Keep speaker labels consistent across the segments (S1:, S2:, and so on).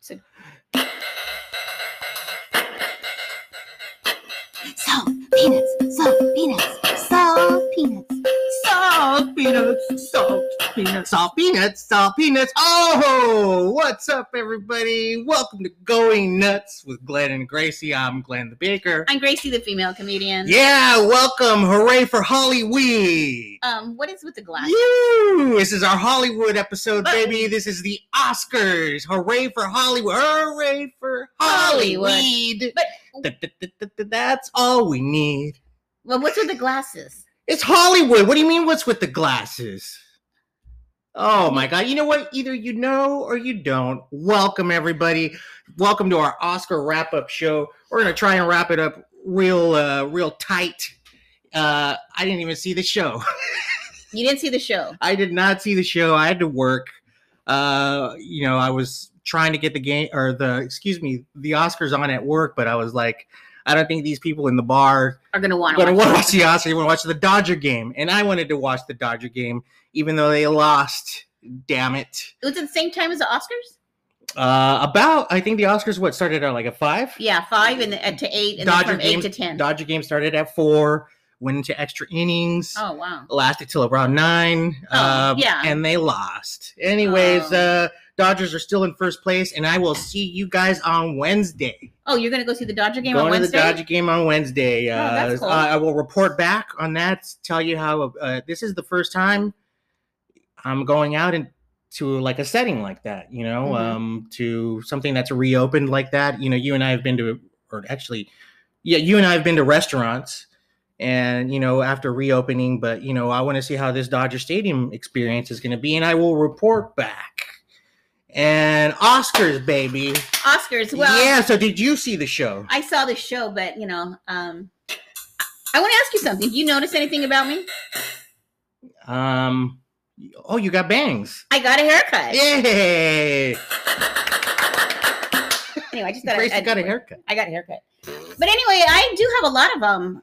S1: So,
S2: Salt peanuts, salt peanuts, salt peanuts.
S3: Salt peanuts, salt peanuts, salt peanuts, salt peanuts. Oh, what's up, everybody? Welcome to Going Nuts with Glenn and Gracie. I'm Glenn the Baker.
S1: I'm Gracie, the female comedian.
S3: Yeah, welcome. Hooray for Hollyweed.
S1: Um, what is with the glasses?
S3: You. This is our Hollywood episode,
S1: But-
S3: baby. This is the Oscars. Hooray for Hollywood. Hooray for
S1: Hollywood.
S3: Hollywood.
S1: But-
S3: That's all we need.
S1: Well, what's with the glasses?
S3: It's Hollywood. What do you mean? What's with the glasses? Oh my God. You know what? Either you know or you don't. Welcome, everybody. Welcome to our Oscar wrap up show. We're going to try and wrap it up real, uh, real tight. Uh, I didn't even see the show.
S1: You didn't see the show.
S3: I did not see the show. I had to work. Uh, you know, I was trying to get the game or the, excuse me, the Oscars on at work, but I was like, I don't think these people in the bar
S1: Are gonna want
S3: going
S1: to
S3: to
S1: watch.
S3: watch the Oscars. You want to watch the Dodger game, and I wanted to watch the Dodger game, even though they lost. Damn it!
S1: It was at the same time as the Oscars.
S3: Uh, about I think the Oscars what started at like a five.
S1: Yeah, five and then, uh, to eight, and
S3: Dodger
S1: then from eight
S3: game-
S1: to ten.
S3: Dodger game started at four, went into extra innings.
S1: oh wow.
S3: Lasted till around nine,
S1: Oh,
S3: um,
S1: yeah.
S3: and they lost. Anyways,
S1: Oh.
S3: uh, Dodgers are still in first place, and I will see you guys on Wednesday.
S1: Oh, you're gonna go see the Dodger game
S3: Going
S1: on
S3: to
S1: Wednesday.
S3: the Dodger game on Wednesday.
S1: Oh,
S3: uh,
S1: that's cool.
S3: I, I will report back on that. Tell you how uh, this is the first time I'm going out into like a setting like that. You know,
S1: Mhm.
S3: um, to something that's reopened like that. You know, you and I have been to, or actually, yeah, you and I have been to restaurants, and you know after reopening. But you know, I want to see how this Dodger Stadium experience is going to be, and I will report back. And Oscars, baby.
S1: Oscars. Well,
S3: yeah. So, did you see the show?
S1: I saw the show, but you know, um, I want to ask you something. Do you notice anything about me?
S3: Um. Oh, you got bangs.
S1: I got a haircut.
S3: Yay!
S1: Anyway, I just thought I-
S3: Gracie
S1: I
S3: got a haircut.
S1: I got a haircut. But anyway, I do have a lot of um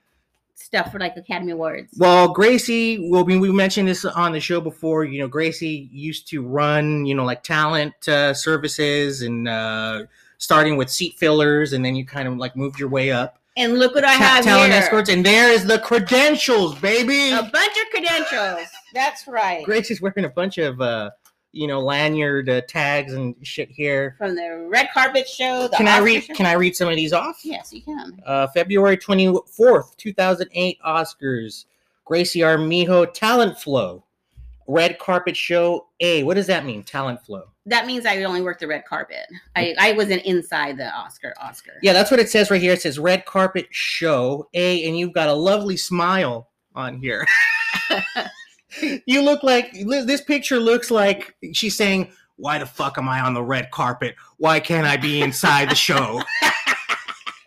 S1: stuff for like Academy Awards.
S3: Well, Gracie, well, we, we mentioned this on the show before. You know, Gracie used to run, you know, like talent uh, services and uh, starting with seat fillers, and then you kind of like moved your way up.
S1: And look what I
S3: Ta-
S1: have
S3: talent
S1: here. Oh.
S3: escorts, and there is the credentials, baby.
S1: A bunch of credentials. That's right.
S3: Gracie's wearing a bunch of, uh, you know, lanyard uh, tags and shit here.
S1: From the red carpet show. The
S3: Can I
S1: Oscar
S3: read?
S1: show.
S3: Can I read some of these off?
S1: Yes, you can.
S3: Uh, February 24th, 2008 Oscars. Gracie Armijo, Talent Flow. Red Carpet Show A. What does that mean, Talent Flow?
S1: That means I only worked the red carpet. I, I wasn't inside the Oscar. Oscar.
S3: Yeah, that's what it says right here. It says Red Carpet Show A, and you've got a lovely smile on here. you look like, li- this picture looks like she's saying, Why the fuck am I on the red carpet? Why can't I be inside the show?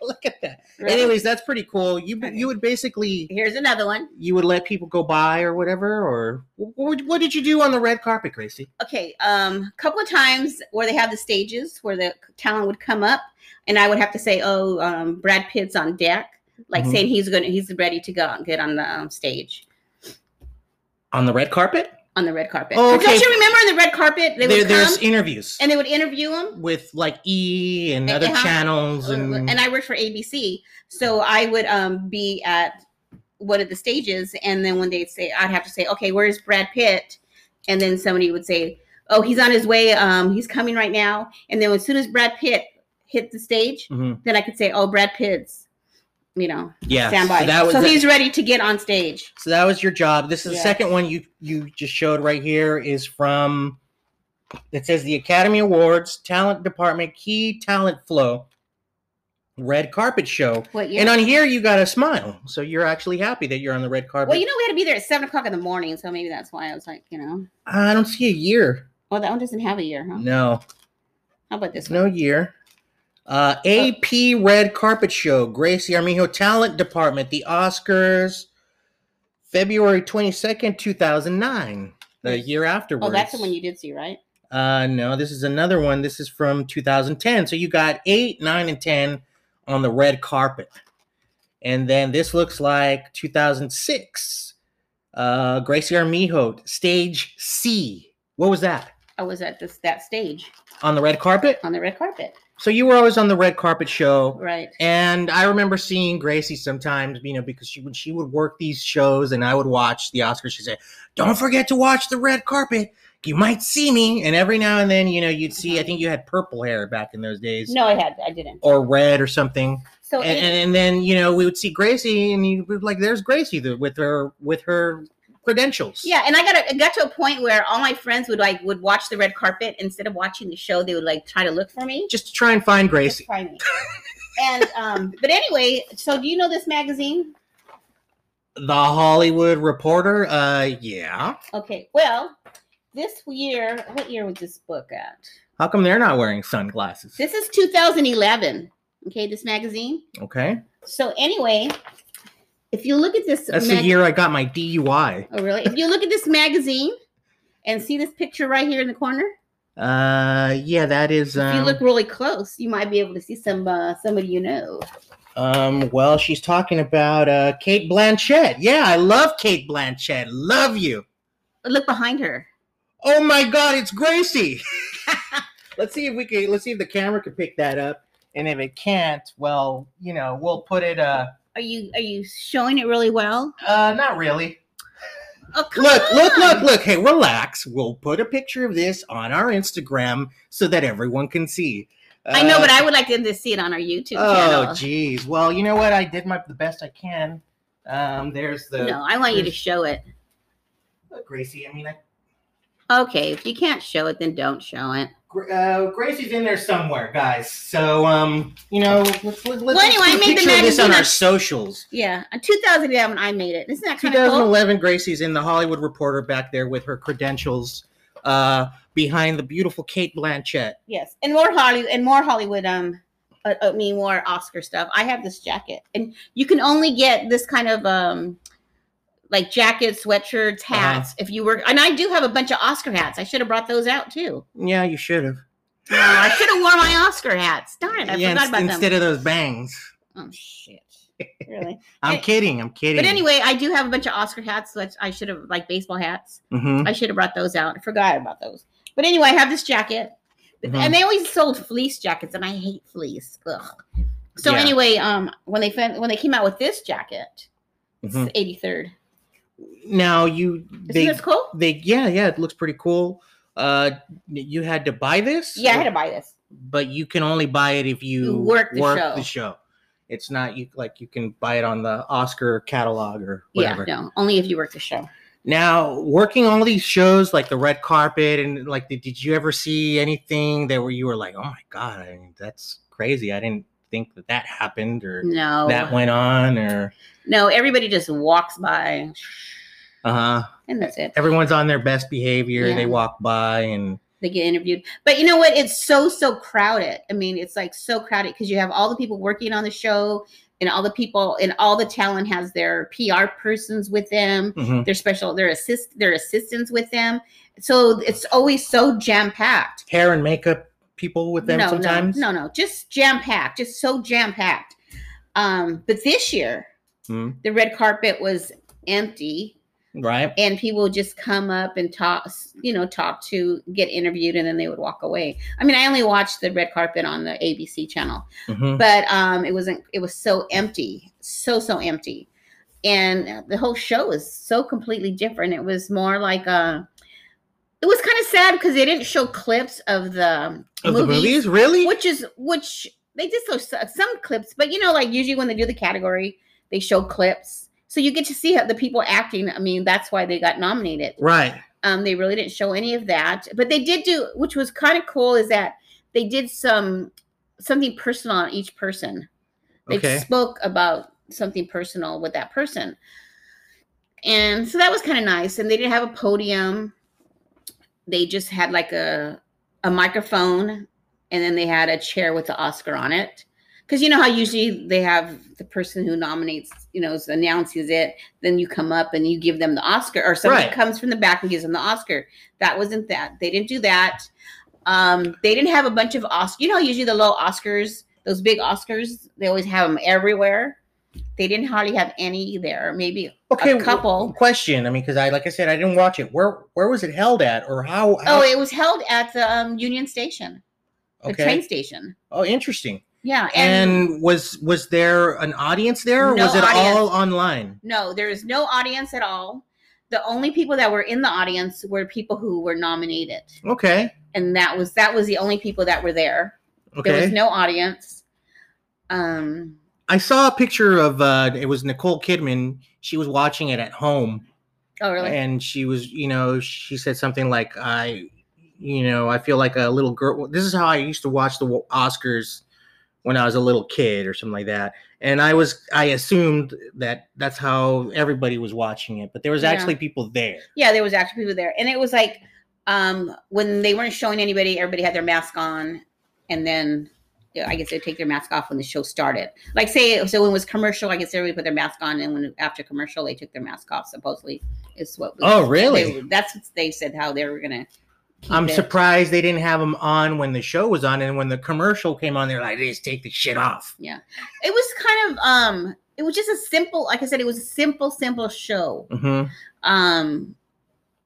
S3: look at that.
S1: Right.
S3: Anyways, that's pretty cool. You, you would basically.
S1: Here's another one.
S3: you would let people go by or whatever or what, would- what did you do on the red carpet gracie
S1: Okay, um, a couple of times where they have the stages where the talent would come up, and I would have to say, "Oh, um, Brad Pitt's on deck," like
S3: Mhm.
S1: saying he's gonna he's ready to go get on the um, stage.
S3: on the red carpet
S1: on the red carpet.
S3: Oh,
S1: 'Cause
S3: okay.
S1: Don't you remember in the red carpet they
S3: there,
S1: would come
S3: there's interviews
S1: and they would interview him?
S3: with like e and
S1: Uh,
S3: other
S1: uh-huh.
S3: channels and,
S1: And I worked for ABC, so I would um, be at one of the stages, and then when they'd say, I'd have to say, "Okay, where's Brad Pitt?" And then somebody would say, "Oh, he's on his way. Um, he's coming right now." And then as soon as Brad Pitt hit the stage,
S3: Mhm.
S1: then I could say, "Oh, Brad Pitt's." You know,
S3: yeah
S1: stand by.
S3: so that was
S1: so
S3: the-
S1: he's ready to get on stage.
S3: so that was your job this is the
S1: Yeah.
S3: second one you you just showed right here is from it says the academy awards talent department key talent flow red carpet show
S1: What year?
S3: and on here you got a smile so you're actually happy that you're on the red carpet
S1: well, you know, we had to be there at seven o'clock in the morning, so maybe that's why I was like, you know,
S3: i don't see a year
S1: oh, that one doesn't have a year, huh?
S3: no
S1: How about this one?
S3: No year. Uh, AP Red Carpet Show, Gracie Armijo Talent Department, the Oscars, February 22nd, 2009, the year afterwards.
S1: Oh, that's the one you did see, right?
S3: Uh, no, this is another one. This is from 2010. So you got 8, 9, and 10 on the red carpet. And then this looks like 2006. Uh, Gracie Armijo, Stage C. What was that?
S1: I was at this that stage
S3: on the red carpet.
S1: on the red carpet.
S3: So you were always on the red carpet show.
S1: Right.
S3: And I remember seeing Gracie sometimes, you know, because she would she would work these shows, and I would watch the Oscars. She'd say, "Don't forget to watch the red carpet. You might see me." And every now and then, you know, you'd see. I think you had purple hair back in those days,
S1: No, I had I didn't.
S3: or red or something.
S1: So
S3: And, and, and then you know we would see Gracie, and you would be like, "There's Gracie the, with her with her credentials."
S1: yeah, and I got a, it got to a point where all my friends would like would watch the red carpet instead of watching the show. They would like try to look for me.
S3: just to try and find
S1: Just
S3: Gracie.
S1: find me. and um, but anyway, so do you know this magazine?
S3: The Hollywood Reporter. Uh, yeah.
S1: Okay, well, this year, what year was this book at?
S3: How come they're not wearing sunglasses?
S1: This is 2011. Okay, this magazine.
S3: Okay,
S1: So anyway, if you look at this,
S3: that's the
S1: mag-
S3: year I got my DUI.
S1: Oh, really? If you look at this magazine and see this picture right here in the corner,
S3: Uh, yeah, that is. Um,
S1: if you look really close, you might be able to see some uh, somebody you know.
S3: um, well, she's talking about uh Kate Blanchett. Yeah, I love Kate Blanchett. Love you.
S1: Look behind her.
S3: Oh my God, it's Gracie. let's see if we can. Let's see if the camera can pick that up. And if it can't, well, you know, we'll put it. Uh,
S1: Are you are you showing it really well?
S3: uh, not really.
S1: Oh, come
S3: Look, look,
S1: on.
S3: look, look. Hey, relax. We'll put a picture of this on our Instagram so that everyone can see.
S1: I know,
S3: Uh,
S1: but I would like them to see it on our YouTube
S3: Oh,
S1: channel.
S3: geez. Well, you know what? I did my the best I can. Um, there's the
S1: no, I want you to show it.
S3: Look, Gracie. I mean, I,
S1: Okay, if you can't show it, then don't show it.
S3: Gra- uh, Gracie's in there somewhere, guys. So, um, you know, let's let's, let's
S1: Well, anyway,
S3: let's
S1: I
S3: put a
S1: made the
S3: picture of this on
S1: magazine
S3: our
S1: up-
S3: socials.
S1: Yeah, in 2011, I made it. Isn't that kind of cool?
S3: 2011, Gracie's in the Hollywood Reporter back there with her credentials, uh, behind the beautiful Kate Blanchett.
S1: Yes, and more Hollywood and more Hollywood. Um, uh, I mean more Oscar stuff. I have this jacket, and you can only get this kind of um, like jackets, sweatshirts,
S3: Uh-huh.
S1: hats if you were. And I do have a bunch of Oscar hats. I should have brought those out too.
S3: Yeah, you should have.
S1: Oh, I should have worn my Oscar hats. Darn, I
S3: yeah,
S1: forgot
S3: ins-
S1: about
S3: instead
S1: them.
S3: of those bangs.
S1: oh shit, really.
S3: I'm
S1: Hey.
S3: kidding. I'm kidding.
S1: But anyway, I do have a bunch of Oscar hats. That I should have like baseball hats.
S3: Mhm.
S1: I should have brought those out. I forgot about those. But anyway, I have this jacket. But-
S3: Mhm.
S1: And they always sold fleece jackets, and I hate fleece. Ugh. So
S3: Yeah.
S1: anyway, um, when they fin- when they came out with this jacket, it's
S3: Mhm.
S1: 83rd.
S3: now you
S1: Isn't
S3: they
S1: this cool?
S3: they yeah yeah it looks pretty cool. Uh, you had to buy this.
S1: Yeah, I had
S3: Or-
S1: to buy this.
S3: but you can only buy it if you,
S1: You work the show.
S3: It's not you like you can buy it on the Oscar catalog or whatever.
S1: Yeah, no, only if you work the show.
S3: Now working all these shows like the red carpet and like did, did you ever see anything that where you were like, oh my god, I mean, that's crazy. I didn't think that that happened or
S1: No,
S3: that went on or
S1: no, everybody just walks by,
S3: uh
S1: and that's it.
S3: everyone's on their best behavior.
S1: Yeah.
S3: They walk by and
S1: They get interviewed, but you know what? It's so so crowded. I mean, it's like so crowded because you have all the people working on the show, and all the people, and all the talent has their PR persons with them.
S3: Mhm.
S1: their special their assist their assistants with them so it's always so jam packed
S3: hair and makeup people with them
S1: no,
S3: sometimes.
S1: no no no just jam packed just so jam packed um but this year
S3: Mhm.
S1: the red carpet was empty
S3: Right.
S1: and people would just come up and talk you know talk to get interviewed and then they would walk away i mean i only watched the red carpet on the abc channel
S3: Mhm.
S1: but um it wasn't it was so empty so so empty and the whole show was so completely different it was more like uh it was kind of sad because they didn't show clips of the,
S3: Of the
S1: movies,
S3: movies, really?
S1: which is which they did so some clips but you know like usually when they do the category they show clips so you get to see how the people acting i mean that's why they got nominated
S3: Right.
S1: um, they really didn't show any of that, but they did do, which was kind of cool, is that they did some something personal on each person. They
S3: Okay.
S1: spoke about something personal with that person, and so that was kind of nice. And they didn't have a podium; they just had like a a microphone, and then they had a chair with the Oscar on it. Because you know how usually they have the person who nominates, you know, announces it. Then you come up and you give them the Oscar, or somebody
S3: Right.
S1: comes from the back and gives them the Oscar. That wasn't that. They didn't do that. Um, they didn't have a bunch of Oscars. You know, usually the little Oscars, those big Oscars, they always have them everywhere. They didn't hardly have any there. Maybe
S3: Okay,
S1: a couple.
S3: question. I mean, because I, like I said, I didn't watch it. Where where was it held at, or how? how
S1: Oh, it was held at the um, Union Station, the
S3: okay.
S1: train station.
S3: Oh, interesting.
S1: Yeah, and,
S3: And, was was there an audience there, or
S1: No
S3: was it
S1: audience.
S3: all online?
S1: no, there is no audience at all. The only people that were in the audience were people who were nominated,
S3: Okay,
S1: and that was that was the only people that were there. There
S3: okay.
S1: was no audience. Um,
S3: I saw a picture of uh, it was Nicole Kidman. She was watching it at home,
S1: oh really?
S3: and she was, you know, she said something like, "I, you know, I feel like a little girl." This is how I used to watch the Oscars when I was a little kid, or something like that. And I was, I assumed that that's how everybody was watching it, but there was
S1: Yeah.
S3: actually people there.
S1: Yeah, there was actually people there, and it was like um, when they weren't showing anybody, everybody had their mask on, and then yeah, I guess they'd take their mask off when the show started. Like say, so when it was commercial, I guess everybody put their mask on, and when after commercial, they took their mask off. Supposedly, is what. was-
S3: Oh, really?
S1: they- that's what they said how they were gonna. keep
S3: I'm
S1: it.
S3: surprised they didn't have them on when the show was on, and when the commercial came on, they're like, "Just take the shit off."
S1: It was kind of um, it was just a simple, like I said, it was a simple, simple show.
S3: hmm
S1: Um,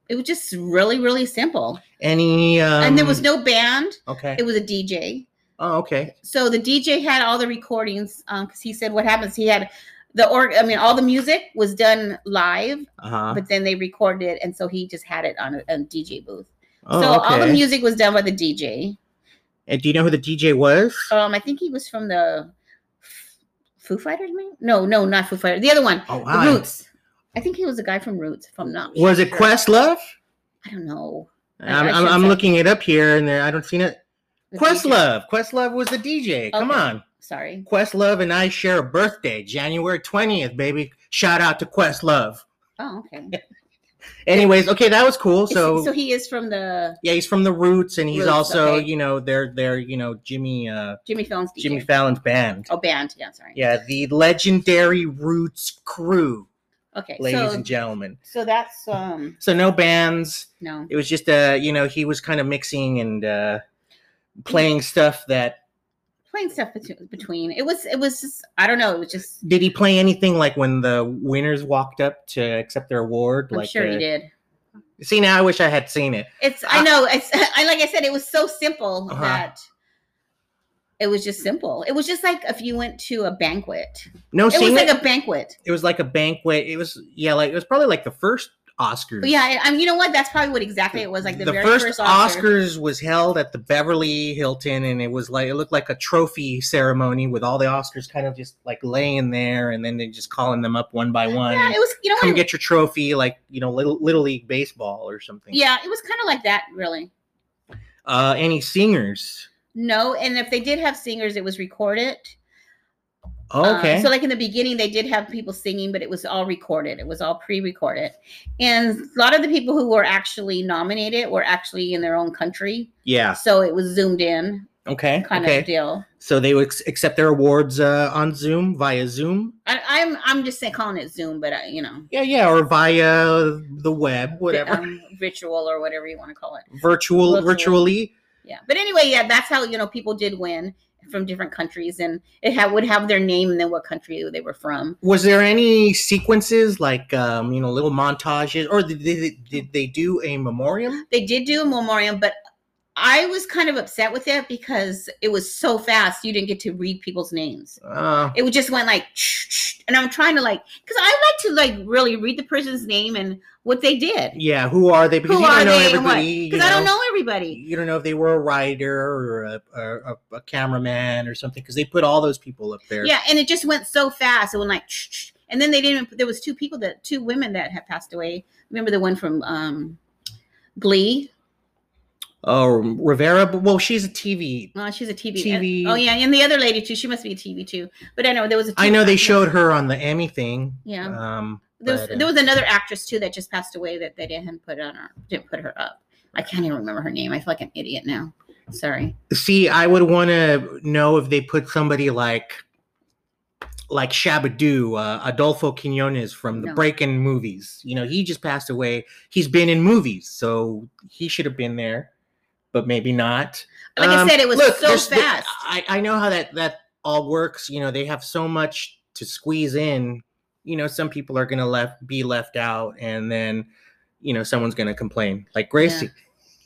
S1: it was just really, really simple,
S3: Any? Um,
S1: and there was no band.
S3: Okay.
S1: It was a DJ.
S3: oh, okay.
S1: so the DJ had all the recordings because he said what happens. He had the org. I mean, all the music was done live,
S3: Uh huh.
S1: but then they recorded it, and so he just had it on a, a DJ booth.
S3: Oh,
S1: so all the
S3: okay.
S1: music was done by the DJ.
S3: And do you know who the DJ was?
S1: Um, I think he was from the F- Foo Fighters, maybe. No, no, not Foo Fighters. The other one,
S3: oh,
S1: the
S3: I-
S1: Roots. I think he was a guy from Roots. If I'm not.
S3: Was it
S1: sure.
S3: Questlove?
S1: I don't know. I-
S3: I'm,
S1: I
S3: I'm,
S1: should
S3: I'm
S1: say-
S3: looking it up here, and there, I don't see it.
S1: The DJ.
S3: Questlove. Questlove was the DJ. Come
S1: Okay.
S3: on.
S1: Sorry.
S3: Questlove and I share a birthday, January 20th, baby. Shout out to Questlove.
S1: Oh, okay.
S3: Anyways, okay, that was cool. So,
S1: so he is from the
S3: yeah, he's from the Roots, and he's
S1: Roots,
S3: also,
S1: okay.
S3: you know, they're they're you know Jimmy uh,
S1: Jimmy Fallon's DJ.
S3: Jimmy Fallon's band.
S1: Oh, band. Yeah, sorry.
S3: Yeah, the legendary Roots crew,
S1: Okay.
S3: ladies
S1: so,
S3: and gentlemen.
S1: So that's um
S3: So no bands.
S1: no.
S3: it was just uh you know he was kind of mixing and uh playing stuff that
S1: Playing stuff between, between. It was it was just I don't know, it was just
S3: did he play anything like when the winners walked up to accept their award
S1: I'm
S3: like
S1: sure he
S3: uh,
S1: did.
S3: see now i wish i had seen it
S1: It's I
S3: I-
S1: know, it's I like I said, it was so simple
S3: Uh-huh.
S1: that it was just simple. It was just like if you went to a banquet.
S3: no
S1: It was
S3: seen
S1: like
S3: it?
S1: a banquet.
S3: it was like a banquet it was yeah like it was probably like the first oscars
S1: But yeah, I, I mean, you know what? That's probably what exactly it was. Like the, very
S3: first,
S1: first, Oscar.
S3: Oscars was held at the Beverly Hilton, and it was like it looked like a trophy ceremony with all the Oscars kind of just like laying there, and then they just calling them up one by one.
S1: Yeah,
S3: and
S1: it was. You know
S3: come
S1: what?
S3: get your trophy, like you know, little little league baseball or something.
S1: yeah, it was kind of like that, really.
S3: Uh, any singers?
S1: No, and if they did have singers, it was recorded. Um,
S3: Okay.
S1: so like in the beginning, they did have people singing, but it was all recorded. It was all pre-recorded, and a lot of the people who were actually nominated were actually in their own country,
S3: yeah.
S1: so it was zoomed in
S3: Okay.
S1: kind
S3: okay.
S1: of deal.
S3: So they would ex- accept their awards uh, on Zoom via Zoom.
S1: I, I'm I'm just saying, calling it Zoom, but uh, you know,
S3: Yeah, yeah, or via the web, whatever,
S1: um, ritual or whatever you want to call it.
S3: virtual,
S1: virtual.
S3: virtually.
S1: Yeah, but anyway, yeah, that's how you know people did win from different countries, and it ha- would have their name and then what country they were from.
S3: Was there any sequences like um, you know little montages, or did they, did they do a memoriam?
S1: They did do a memoriam, but I was kind of upset with it because it was so fast. You didn't get to read people's names.
S3: Uh,
S1: It would just went like, and I'm trying to like, because I like to like really read the person's name and what they did.
S3: yeah, who are they? Because
S1: Who
S3: you don't
S1: are
S3: know
S1: they and what?
S3: everybody. you
S1: Because I don't know everybody.
S3: you don't know if they were a writer or a, or a, a cameraman or something because they put all those people up there.
S1: Yeah, and it just went so fast. It went like, and then they didn't. There was two people that two women that had passed away. Remember the one from um, Glee?
S3: Oh, Rivera. But, well, she's a TV.
S1: Oh, she's a TV.
S3: TV.
S1: Oh yeah, and the other lady too. She must be a TV too. But I know there was. a
S3: I know they showed her on the Emmy thing.
S1: Yeah.
S3: Um,
S1: There was,
S3: but, uh,
S1: there was another actress too that just passed away that they didn't put on her didn't put her up. I can't even remember her name. I feel like an idiot now. Sorry.
S3: see, I would want to know if they put somebody like, like Shabadoo, uh, Adolfo Quinones from the
S1: No.
S3: Breakin' movies. You know, he just passed away. He's been in movies, so he should have been there, but maybe not.
S1: Like I
S3: Um,
S1: said, it was
S3: look,
S1: so
S3: there's-
S1: fast.
S3: I, I know how that that all works. You know, they have so much to squeeze in, you know, some people are gonna left be left out, and then you know someone's gonna complain, like Gracie.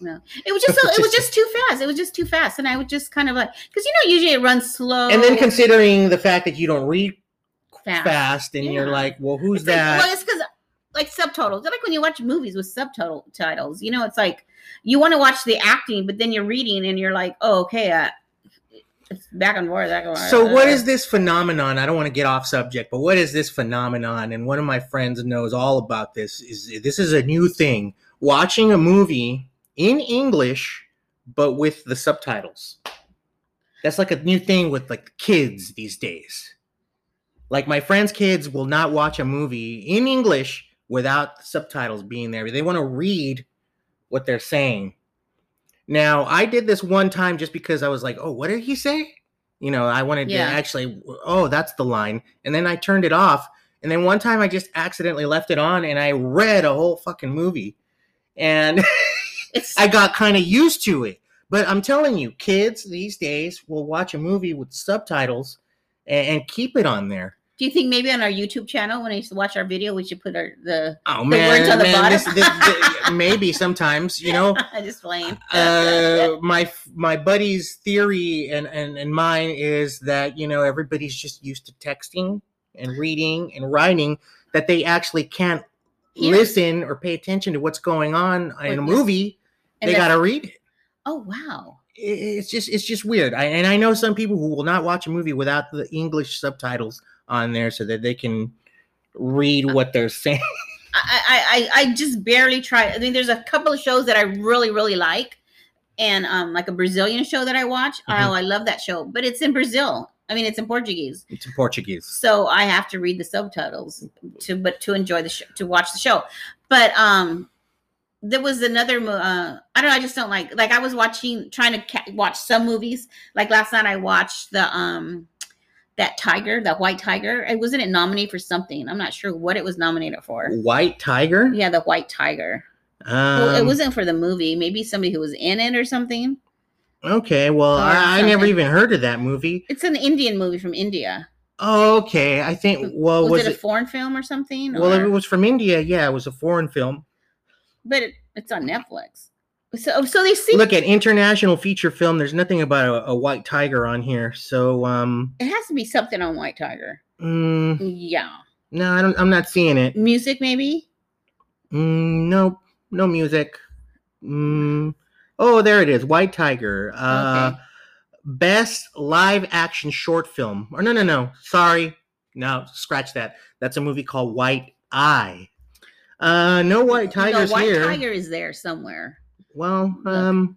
S1: It was just so, it was just too fast. It was just too fast, and I would just kind of like because you know usually it runs slow.
S3: And then considering the fact that you don't read
S1: Fast.
S3: fast, and you're
S1: Yeah.
S3: like, well, who's
S1: It's like-
S3: that?
S1: well, it's because like subtitles. Like when you watch movies with subtitle titles, you know, it's like you want to watch the acting, but then you're reading and you're like, oh, okay, uh, it's back and forth, back and forth.
S3: So what is this phenomenon? I don't want to get off subject, but what is this phenomenon? And one of my friends knows all about this. Is this is a new thing? Watching a movie in English but with the subtitles. That's like a new thing with like the kids these days. Like my friends' kids will not watch a movie in English without the subtitles being there. They want to read what they're saying. Now, I did this one time just because I was like, "Oh, what did he say?" You know, I wanted
S1: Yeah.
S3: to actually, "Oh, that's the line." And then I turned it off. And then one time I just accidentally left it on and I read a whole fucking movie. And
S1: It's,
S3: I got kind of used to it. But I'm telling you, kids these days will watch a movie with subtitles and, and keep it on there.
S1: do you think maybe on our YouTube channel when I used to watch our video, we should put our the
S3: Oh
S1: The
S3: man,
S1: words on the
S3: man, this-
S1: bottom?
S3: this- th- maybe sometimes, you know.
S1: just playing.
S3: Uh, my f- my buddy's theory and, and and mine is that you know everybody's just used to texting and reading and writing that they actually can't
S1: Hear.
S3: listen or pay attention to what's going on in a
S1: listen.
S3: movie.
S1: And
S3: they
S1: that's-
S3: gotta read it.
S1: oh wow.
S3: i- it's just it's just weird. I, and I know some people who will not watch a movie without the English subtitles on there so that they can read
S1: Uh,
S3: what they're saying.
S1: I, I, I I just barely try. I mean, there's a couple of shows that I really, really like, and um, like a Brazilian show that I watch.
S3: Mhm.
S1: Oh, I love that show, but it's in Brazil. I mean, it's in Portuguese,
S3: It's in Portuguese.
S1: so I have to read the subtitles to, but to enjoy the show, to watch the show. But um, there was another. mo- Uh, I don't know. I just don't like. Like I was watching, trying to ca- watch some movies. Like last night, I watched the um. That tiger, that white tiger, it wasn't it nominated for something? I'm not sure what it was nominated for.
S3: White Tiger.
S1: Yeah, the white tiger.
S3: Um,
S1: well, it wasn't for the movie. Maybe somebody who was in it or something.
S3: okay. Well,
S1: Or
S3: I, I never
S1: something.
S3: even heard of that movie.
S1: It's an Indian movie from India.
S3: Oh, okay. I think. Well,
S1: was,
S3: Oh, was,
S1: it, a
S3: it?
S1: foreign film or something?
S3: well, if
S1: or-
S3: it was from India, yeah, it was a foreign film.
S1: but it, it's on Netflix. So, oh, so they see
S3: Look at international feature film. There's nothing about a, a white tiger on here. So, um,
S1: it has to be something on White Tiger.
S3: mm,
S1: Yeah,
S3: no, I don't. I'm not seeing it.
S1: music maybe.
S3: Mm, no, no music. Mm, oh, there it is. White Tiger. Uh,
S1: Okay.
S3: Best live action short film. Or no, no, no. Sorry. No, scratch that. That's a movie called White Eye. Uh, no White Tigers
S1: no, White
S3: here.
S1: Tiger is there somewhere.
S3: Well,
S1: Look.
S3: um,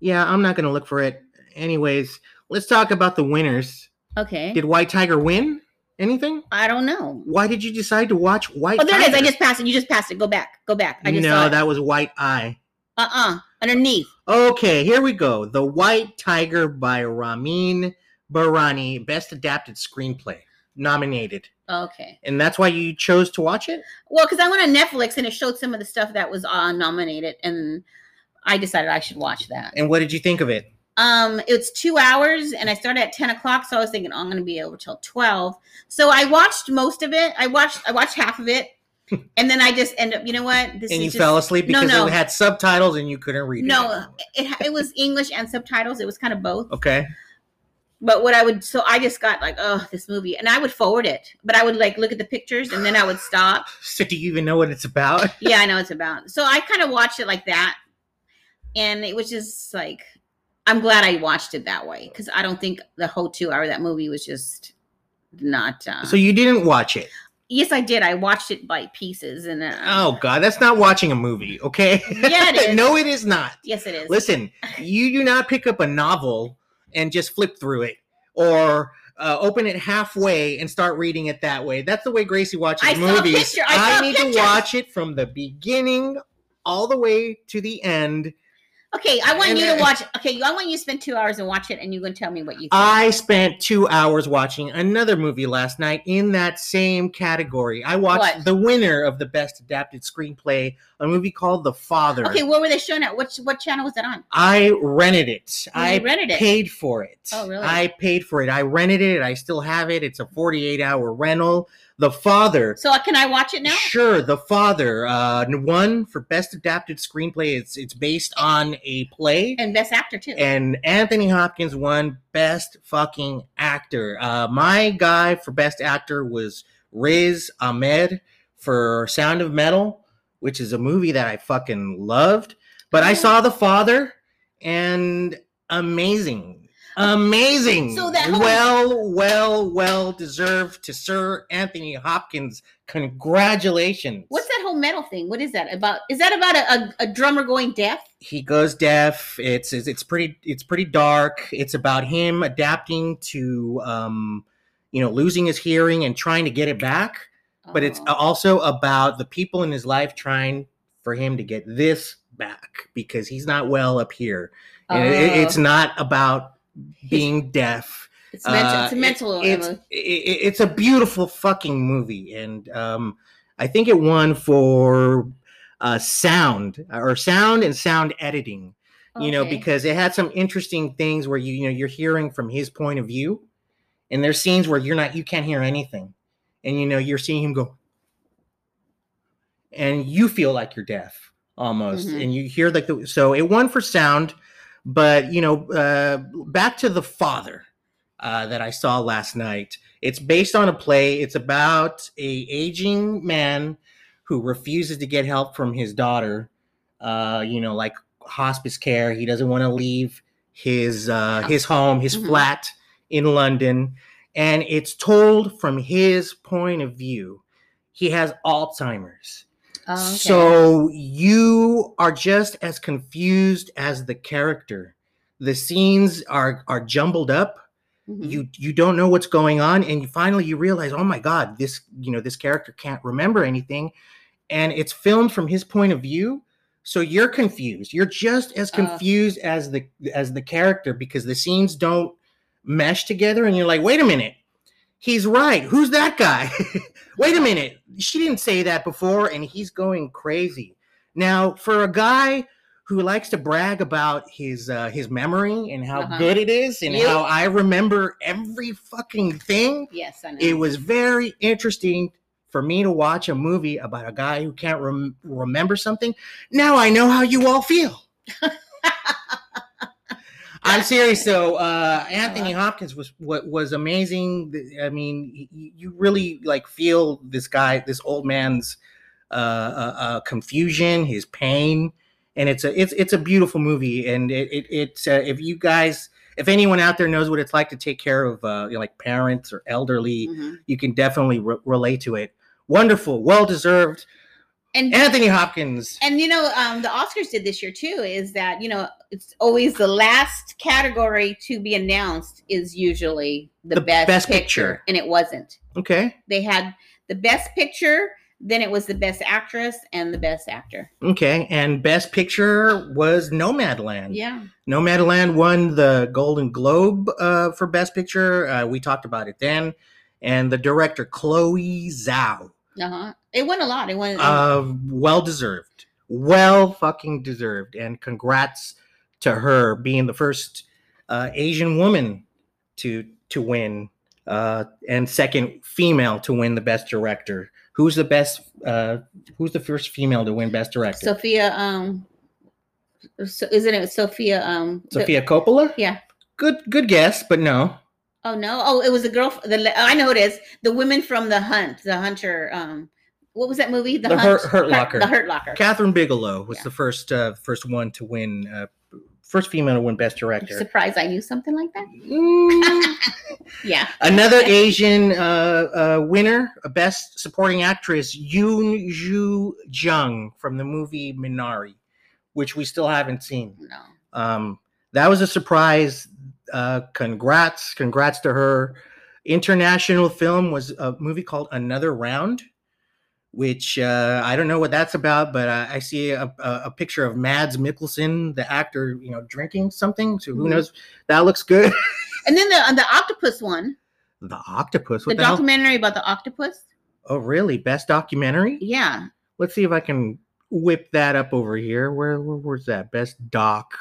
S3: yeah, I'm not gonna look for it. Anyways, let's talk about the winners.
S1: Okay,
S3: Did White Tiger win anything?
S1: I don't know.
S3: Why did you decide to watch White?
S1: Oh, there it
S3: Tiger?
S1: is. I just passed it. You just passed it. Go back. Go back. I just
S3: no,
S1: saw
S3: that was White Eye.
S1: Uh uh. Underneath.
S3: Okay, here we go. The White Tiger by Ramin Barani, Best Adapted Screenplay, nominated.
S1: Okay.
S3: And that's why you chose to watch it?
S1: Well, because I went on Netflix and it showed some of the stuff that was uh, nominated, and I decided I should watch that.
S3: And what did you think of it?
S1: Um, it's two hours, and I started at ten o'clock, so I was thinking oh, I'm going to be over till twelve. So I watched most of it. I watched I watched half of it, and then I just end up. You know what? This
S3: and you
S1: just,
S3: fell asleep
S1: no,
S3: because
S1: no.
S3: it had subtitles and you couldn't read it.
S1: No, it, it was English and subtitles. It was kind of both.
S3: Okay.
S1: But what I would so I just got like oh this movie, and I would forward it, but I would like look at the pictures, and then I would stop.
S3: So do you even know what it's about?
S1: yeah, I know it's about. So I kind of watched it like that, and it was just like I'm glad I watched it that way because I don't think the whole two hour of that movie was just not. Uh,
S3: So you didn't watch it.
S1: yes, I did. I watched it by pieces, and uh,
S3: Oh god, that's not watching a movie, okay?
S1: Yeah, it is.
S3: no, it is not.
S1: yes, it is.
S3: Listen, you do not pick up a novel and just flip through it or uh, open it halfway and start reading it that way. That's the way Gracie watches
S1: I saw a
S3: movies.
S1: picture. I saw a
S3: need
S1: picture.
S3: to watch it from the beginning all the way to the end
S1: Okay, I want
S3: And
S1: you to
S3: then-
S1: watch. Okay, I want you to spend two hours and watch it, and you're gonna tell me what you. Think.
S3: I spent two hours watching another movie last night in that same category. I watched
S1: What?
S3: the winner of the best adapted screenplay, a movie called The Father.
S1: okay, where were they showing it? Which what channel was that on?
S3: I rented it.
S1: Well,
S3: I
S1: you rented it.
S3: paid for it.
S1: Oh, really?
S3: I paid for it. I rented it. I still have it. It's a 48 hour rental. The Father.
S1: So uh, can I watch it now?
S3: Sure, The Father. Uh, one for best adapted screenplay. It's it's based on a play.
S1: And Best Actor too.
S3: And Anthony Hopkins won Best Fucking Actor. Uh, my guy for Best Actor was Riz Ahmed for Sound of Metal, which is a movie that I fucking loved. But
S1: Oh.
S3: I saw The Father and amazing. Amazing.
S1: So that whole-
S3: well, well, well deserved to Sir Anthony Hopkins. Congratulations.
S1: What's that whole metal thing? What is that about? Is that about a, a, a drummer going deaf?
S3: he goes deaf. It's it's it's pretty it's pretty dark. It's about him adapting to um you know losing his hearing and trying to get it back, but it's
S1: Oh.
S3: also about the people in his life trying for him to get this back because he's not well up here. And it-
S1: Oh.
S3: it's not about being deaf.
S1: it's, mental, Oh, it's
S3: uh,
S1: a mental.
S3: It's
S1: illness.
S3: it, it's a beautiful fucking movie and um I think it won for uh sound or sound and sound editing you know
S1: Okay.
S3: because it had some interesting things where you you know you're hearing from his point of view and there's scenes where you're not you can't hear anything and you know you're seeing him go and you feel like you're deaf almost
S1: Mhm.
S3: and you hear like the so it won for sound but you know uh back to the father uh that i saw last night it's based on a play it's about a aging man who refuses to get help from his daughter uh you know like hospice care. He doesn't want to leave his uh, his home, his
S1: Mhm.
S3: flat in London, and it's told from his point of view. He has Alzheimer's,
S1: Oh, okay.
S3: so you are just as confused as the character. The scenes are are jumbled up
S1: Mhm.
S3: you you don't know what's going on and you finally you realize oh my god this you know this character can't remember anything and it's filmed from his point of view so you're confused you're just as
S1: Uh.
S3: confused as the as the character because the scenes don't mesh together and you're like wait a minute he's right who's that guy wait a minute she didn't say that before and he's going crazy now for a guy who likes to brag about his uh, his memory and how
S1: Uh-huh.
S3: good it is and
S1: You-
S3: how I remember every fucking thing.
S1: yes, I know.
S3: It was very interesting for me to watch a movie about a guy who can't rem- remember something. Now I know how you all feel. I'm serious. So uh, Anthony Hopkins was what was amazing. Th- I mean, y- y- you really like feel this guy, this old man's uh, uh, uh, confusion, his pain, and it's a it's it's a beautiful movie. And it it it's, uh, if you guys, if anyone out there knows what it's like to take care of uh, you know, like parents or elderly,
S1: Mhm.
S3: you can definitely re- relate to it. Wonderful, well deserved.
S1: and
S3: Anthony Hopkins.
S1: and you know um, the Oscars did this year too. Is that you know it's always the last category to be announced is usually the,
S3: The
S1: best,
S3: best
S1: picture,
S3: picture.
S1: and it wasn't.
S3: Okay,
S1: They had the best picture, then it was the best actress and the best actor.
S3: okay. And best picture was Nomadland.
S1: Yeah.
S3: Nomadland won the Golden Globe uh, for Best Picture. Uh, we talked about it then, and the director Chloe Zhao,
S1: Uh huh. It won a lot. It won. um,
S3: uh, well deserved, well fucking deserved, and congrats to her being the first uh, Asian woman to to win, uh, and second female to win the Best Director. Who's the best? Uh, who's the first female to win Best Director?
S1: Sophia. Um. So isn't it Sophia? Um. the-
S3: Sophia Coppola.
S1: Yeah.
S3: Good, good guess, but no.
S1: oh no. Oh, it was the girl. f- The le- I know it is the women from the Hunt, the Hunter. Um. What was that movie?
S3: The Hurt- Hurt Locker.
S1: The Hurt Locker.
S3: Catherine Bigelow was
S1: Yeah.
S3: the first uh, first one to win uh, first female to win Best Director.
S1: Surprised I knew something like that.
S3: Mm.
S1: Yeah.
S3: Another Asian uh, uh, winner, a Best Supporting Actress, Yoon Ju Jung from the movie Minari, which we still haven't seen.
S1: No.
S3: Um, that was a surprise. Uh, congrats, congrats to her. International film was a movie called Another Round, which uh, I don't know what that's about, but I, I see a, a, a picture of Mads Mikkelsen, the actor, you know, drinking something. So who
S1: Mhm.
S3: knows? That looks good.
S1: And then the the octopus one,
S3: the octopus.
S1: the,
S3: What the, hell?
S1: documentary about the octopus.
S3: Oh, really? Best documentary?
S1: Yeah,
S3: Let's see if I can whip that up over here. Where, where where's that? Best doc.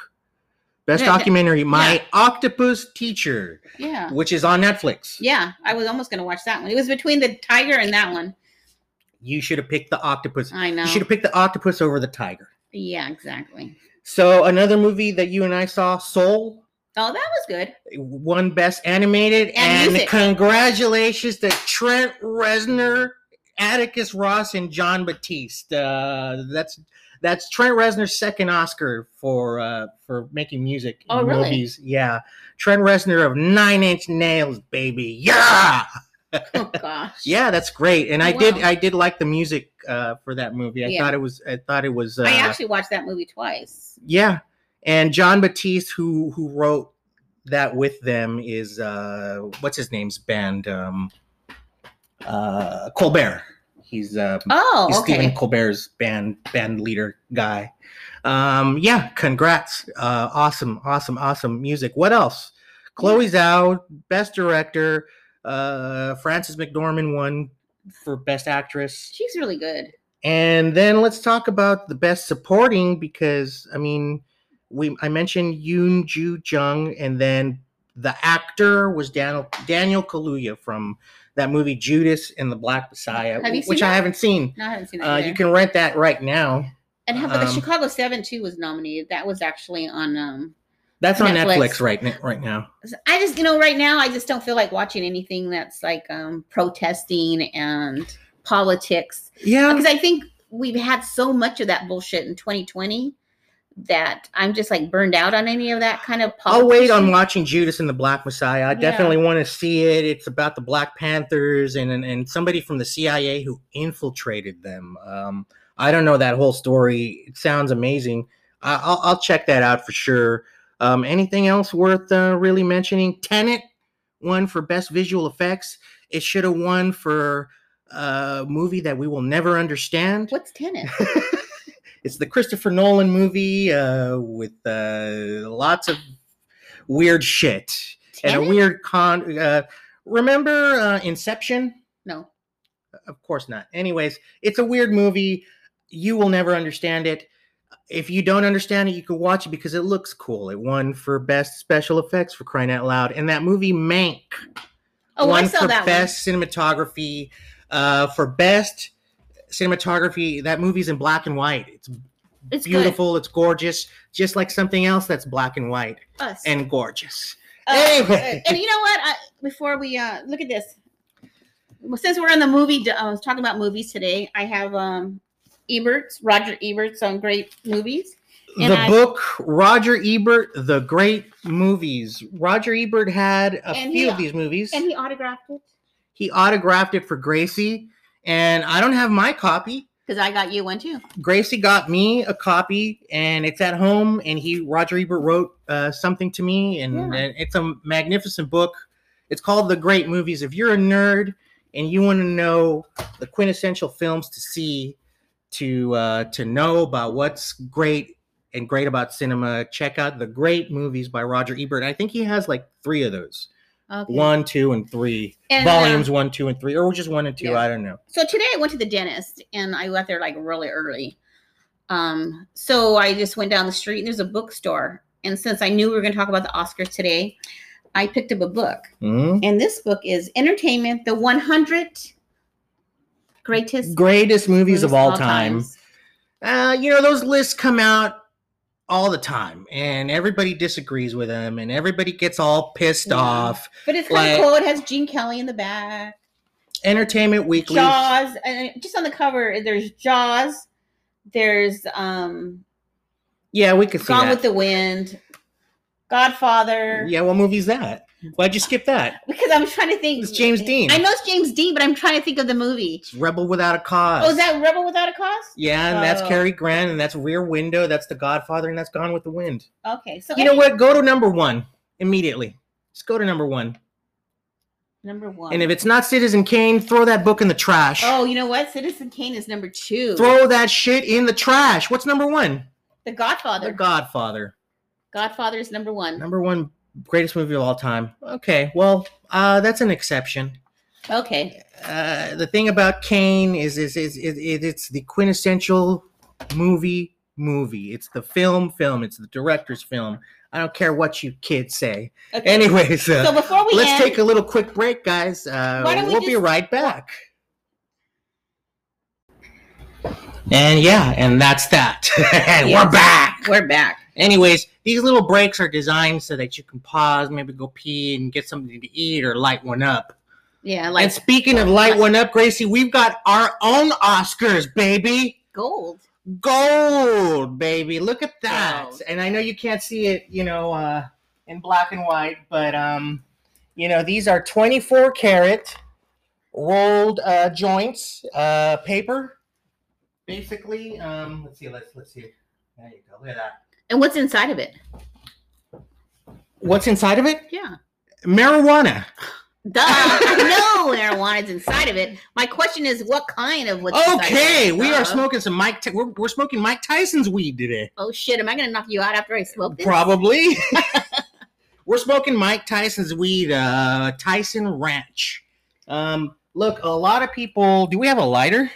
S3: Best
S1: Yeah, yeah.
S3: documentary. My octopus teacher,
S1: yeah,
S3: which is on Netflix.
S1: yeah. I was almost gonna watch that one. It was between the tiger and that one.
S3: You should have picked the octopus.
S1: I know.
S3: You should have picked the octopus over the tiger.
S1: Yeah, exactly.
S3: So another movie that you and I saw, Soul,
S1: Oh, that was good.
S3: won Best Animated,
S1: And
S3: and,
S1: music.
S3: congratulations to Trent Reznor, Atticus Ross, and John Batiste. Uh, that's that's Trent Reznor's second Oscar for uh, for making music in
S1: Oh, really?
S3: movies. Yeah, Trent Reznor of Nine Inch Nails, baby. Yeah,
S1: Oh gosh.
S3: yeah, that's great. And I did
S1: Wow.
S3: I did like the music uh, for that movie. I
S1: Yeah.
S3: thought it was I thought it was. Uh,
S1: I actually watched that movie twice.
S3: yeah, and John Batiste, who who wrote that with them, is uh, what's his name's band? Um, uh, Colbert. He's uh,
S1: Oh,
S3: he's
S1: okay.
S3: Stephen Colbert's band band leader guy. Um, yeah, congrats! Uh, awesome, awesome, awesome music. What else? Chloe Zhao, best director. Uh, Frances McDormand won for best actress.
S1: She's really good.
S3: And then let's talk about the best supporting because I mean, we I mentioned Yoon Ju Jung, and then the actor was Daniel Daniel Kaluuya from that movie Judas and the Black Messiah,
S1: Have you
S3: which
S1: seen
S3: I
S1: that?
S3: haven't seen.
S1: No, I haven't seen that.
S3: Uh,
S1: either.
S3: you can rent that right now.
S1: and how about the
S3: um,
S1: Chicago Seven too was nominated? That was actually on. um
S3: That's on Netflix,
S1: Netflix.
S3: right now. Right now,
S1: I just you know right now I just don't feel like watching anything that's like um protesting and politics
S3: yeah,
S1: because I think we've had so much of that bullshit in 2020 that I'm just like burned out on any of that kind of.
S3: I'll wait on
S1: politician.
S3: watching Judas and the Black Messiah. I
S1: Yeah.
S3: definitely want to see it. It's about the Black Panthers and, and and somebody from the CIA who infiltrated them. Um, I don't know that whole story. It sounds amazing. I, I'll I'll check that out for sure. Um, anything else worth uh, really mentioning? Tenet won for best visual effects. It should have won for uh, a movie that we will never understand.
S1: What's tennis?
S3: it's the Christopher Nolan movie uh, with uh, lots of weird shit and a weird con. Uh, remember uh, Inception?
S1: No.
S3: Of course not. Anyways, it's a weird movie. You will never understand it. If you don't understand it, you can watch it because it looks cool. It won for best special effects for crying out loud, and that movie Mank
S1: Oh,
S3: one
S1: I saw
S3: for
S1: that
S3: best cinematography. Uh, for best cinematography, that movie's in black and white. It's
S1: one. It's
S3: beautiful. It's gorgeous, just like something else that's black and white
S1: Good. Us.
S3: and gorgeous.
S1: Uh,
S3: Anyway.
S1: and you know what? I, before we uh, look at this, well, since we're on the movie, d- I was talking about movies today. I have um, Ebert's Roger Ebert's on great movies. And
S3: the
S1: I-
S3: book Roger Ebert, The Great Movies. Roger Ebert had a
S1: And
S3: few
S1: he-
S3: of these movies.
S1: And he autographed it
S3: he autographed it for Gracie, and I don't have my copy.
S1: because I got you one too.
S3: Gracie got me a copy, and it's at home. And he Roger Ebert wrote uh, something to me, and,
S1: Yeah.
S3: and it's a magnificent book. It's called The Great Movies. If you're a nerd and you want to know the quintessential films to see, to uh, to know about what's great and great about cinema, check out The Great Movies by Roger Ebert. I think he has like three of those:
S1: Okay.
S3: one, two, and three
S1: And, uh,
S3: volumes, one, two, and three, or just one and two.
S1: Yeah.
S3: I don't know.
S1: so today I went to the dentist and I left there like really early. Um, so I just went down the street and there's a bookstore. And since I knew we were going to talk about the Oscars today, I picked up a book.
S3: Hmm?
S1: And this book is Entertainment, the 100 Greatest
S3: Greatest movies of all, time.
S1: times.
S3: Uh, you know, those lists come out all the time, and everybody disagrees with them, and everybody gets all pissed
S1: Yeah.
S3: off.
S1: But it's kind
S3: Like-
S1: of cool. It has Gene Kelly in the back,
S3: Entertainment Weekly.
S1: Jaws, and just on the cover, there's Jaws, there's um,
S3: Yeah, we could see
S1: Gone with
S3: that.
S1: the Wind, Godfather.
S3: yeah, what movie's that? Why'd you skip that?
S1: Because I'm trying to think.
S3: It's James Dean.
S1: I know it's James Dean, but I'm trying to think of the movie.
S3: It's Rebel Without a Cause.
S1: Oh, is that Rebel Without a Cause?
S3: Yeah, and that's
S1: Oh.
S3: Cary Grant, and that's Rear Window, that's The Godfather, and that's Gone with the Wind.
S1: Okay, so
S3: You know
S1: anyway-
S3: what? Go to number one immediately. Just go to number one.
S1: Number one.
S3: And if it's not Citizen Kane, throw that book in the trash.
S1: oh, you know what? Citizen Kane is number two.
S3: Throw that shit in the trash. What's number one?
S1: the
S3: The
S1: Godfather.
S3: Godfather.
S1: Godfather is number one.
S3: Number one greatest movie of all time. Okay, well, uh, that's an exception.
S1: Okay.
S3: Uh, the thing about Kane is is is, is it, it's the quintessential movie movie. It's the film film. It's the director's film. I don't care what you kids say.
S1: okay.
S3: Anyways, uh,
S1: so before we
S3: let's
S1: end,
S3: take a little quick break, guys. Uh,
S1: Why don't we
S3: we'll be
S1: just-
S3: right back. And yeah, and that's that. and
S1: Yeah.
S3: we're back.
S1: we're back.
S3: Anyways, these little breaks are designed so that you can pause, maybe go pee and get something to eat or light one up.
S1: Yeah, like
S3: and speaking of light one up, Gracie, we've got our own Oscars, baby.
S1: gold.
S3: Gold, baby. Look at that.
S1: Gold.
S3: And I know you can't see it, you know, uh, in black and white, but um, you know, these are 24 karat rolled uh, joints, uh, paper. Basically, um, let's see, let's let's see. There you go. Look at that.
S1: And what's inside of it?
S3: What's inside of it?
S1: Yeah.
S3: marijuana.
S1: Duh. I know marijuana's inside of it. My question is, what kind of what's inside of
S3: okay,
S1: it?
S3: we
S1: Duh.
S3: are smoking some Mike. Ty- we're, we're smoking Mike Tyson's weed today.
S1: Oh shit! Am I gonna knock you out after I smoke this?
S3: Probably. we're smoking Mike Tyson's weed. Uh, Tyson Ranch. Um, look, a lot of people. Do we have a lighter?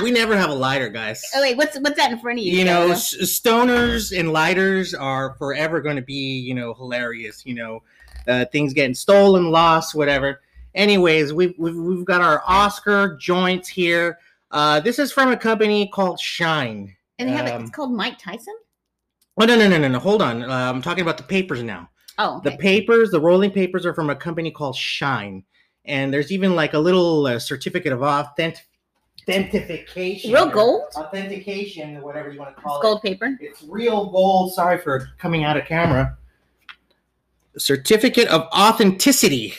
S3: we never have a lighter, guys.
S1: oh wait, what's what's that in front of you?
S3: You know,
S1: Jonah?
S3: s- stoners and lighters are forever going to be, you know, hilarious. You know, uh, things getting stolen, lost, whatever. Anyways, we've, we've, we've got our Oscar joints here. Uh, this is from a company called Shine.
S1: and they have it.
S3: um,
S1: It's called Mike Tyson.
S3: Oh, no, no, no, no, no. Hold on. Uh, I'm talking about the papers now.
S1: Oh,
S3: The
S1: okay.
S3: papers, the rolling papers are from a company called Shine. And there's even like a little uh, certificate of authentic- authentication.
S1: real
S3: or
S1: gold. It's
S3: Authentication, or whatever you want to call it.
S1: gold paper.
S3: It's real gold. Sorry for coming out of camera. Certificate of authenticity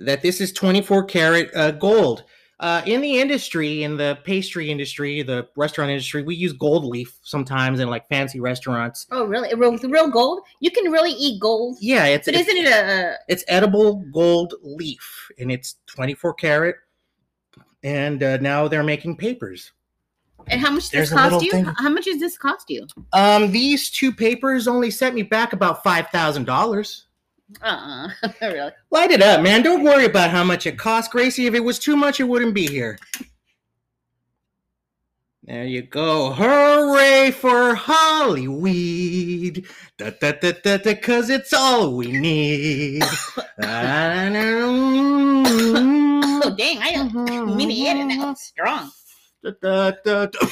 S3: that this is 24 karat uh, gold. Uh, in the industry, in the pastry industry, the restaurant industry, we use gold leaf sometimes in like fancy restaurants.
S1: Oh, really? Real, real gold? You can really eat gold,
S3: Yeah, it's
S1: but
S3: it's,
S1: isn't it a?
S3: it's edible gold leaf, and it's 24 karat. And uh, now they're making papers.
S1: And how much does
S3: There's
S1: this
S3: a
S1: cost
S3: little
S1: you?
S3: thing.
S1: How much does this cost you?
S3: Um, these two papers only sent me back about five thousand dollars.
S1: Uh, uh really?
S3: Light it up, man. Don't worry about how much it costs, Gracie. If it was too much, it wouldn't be here. There you go. Hooray for Hollyweed. Da, da, da, da, da, Cause it's all we need.
S1: Oh, dang! I don't mean to edit that. Strong.
S3: Da, da, da, da.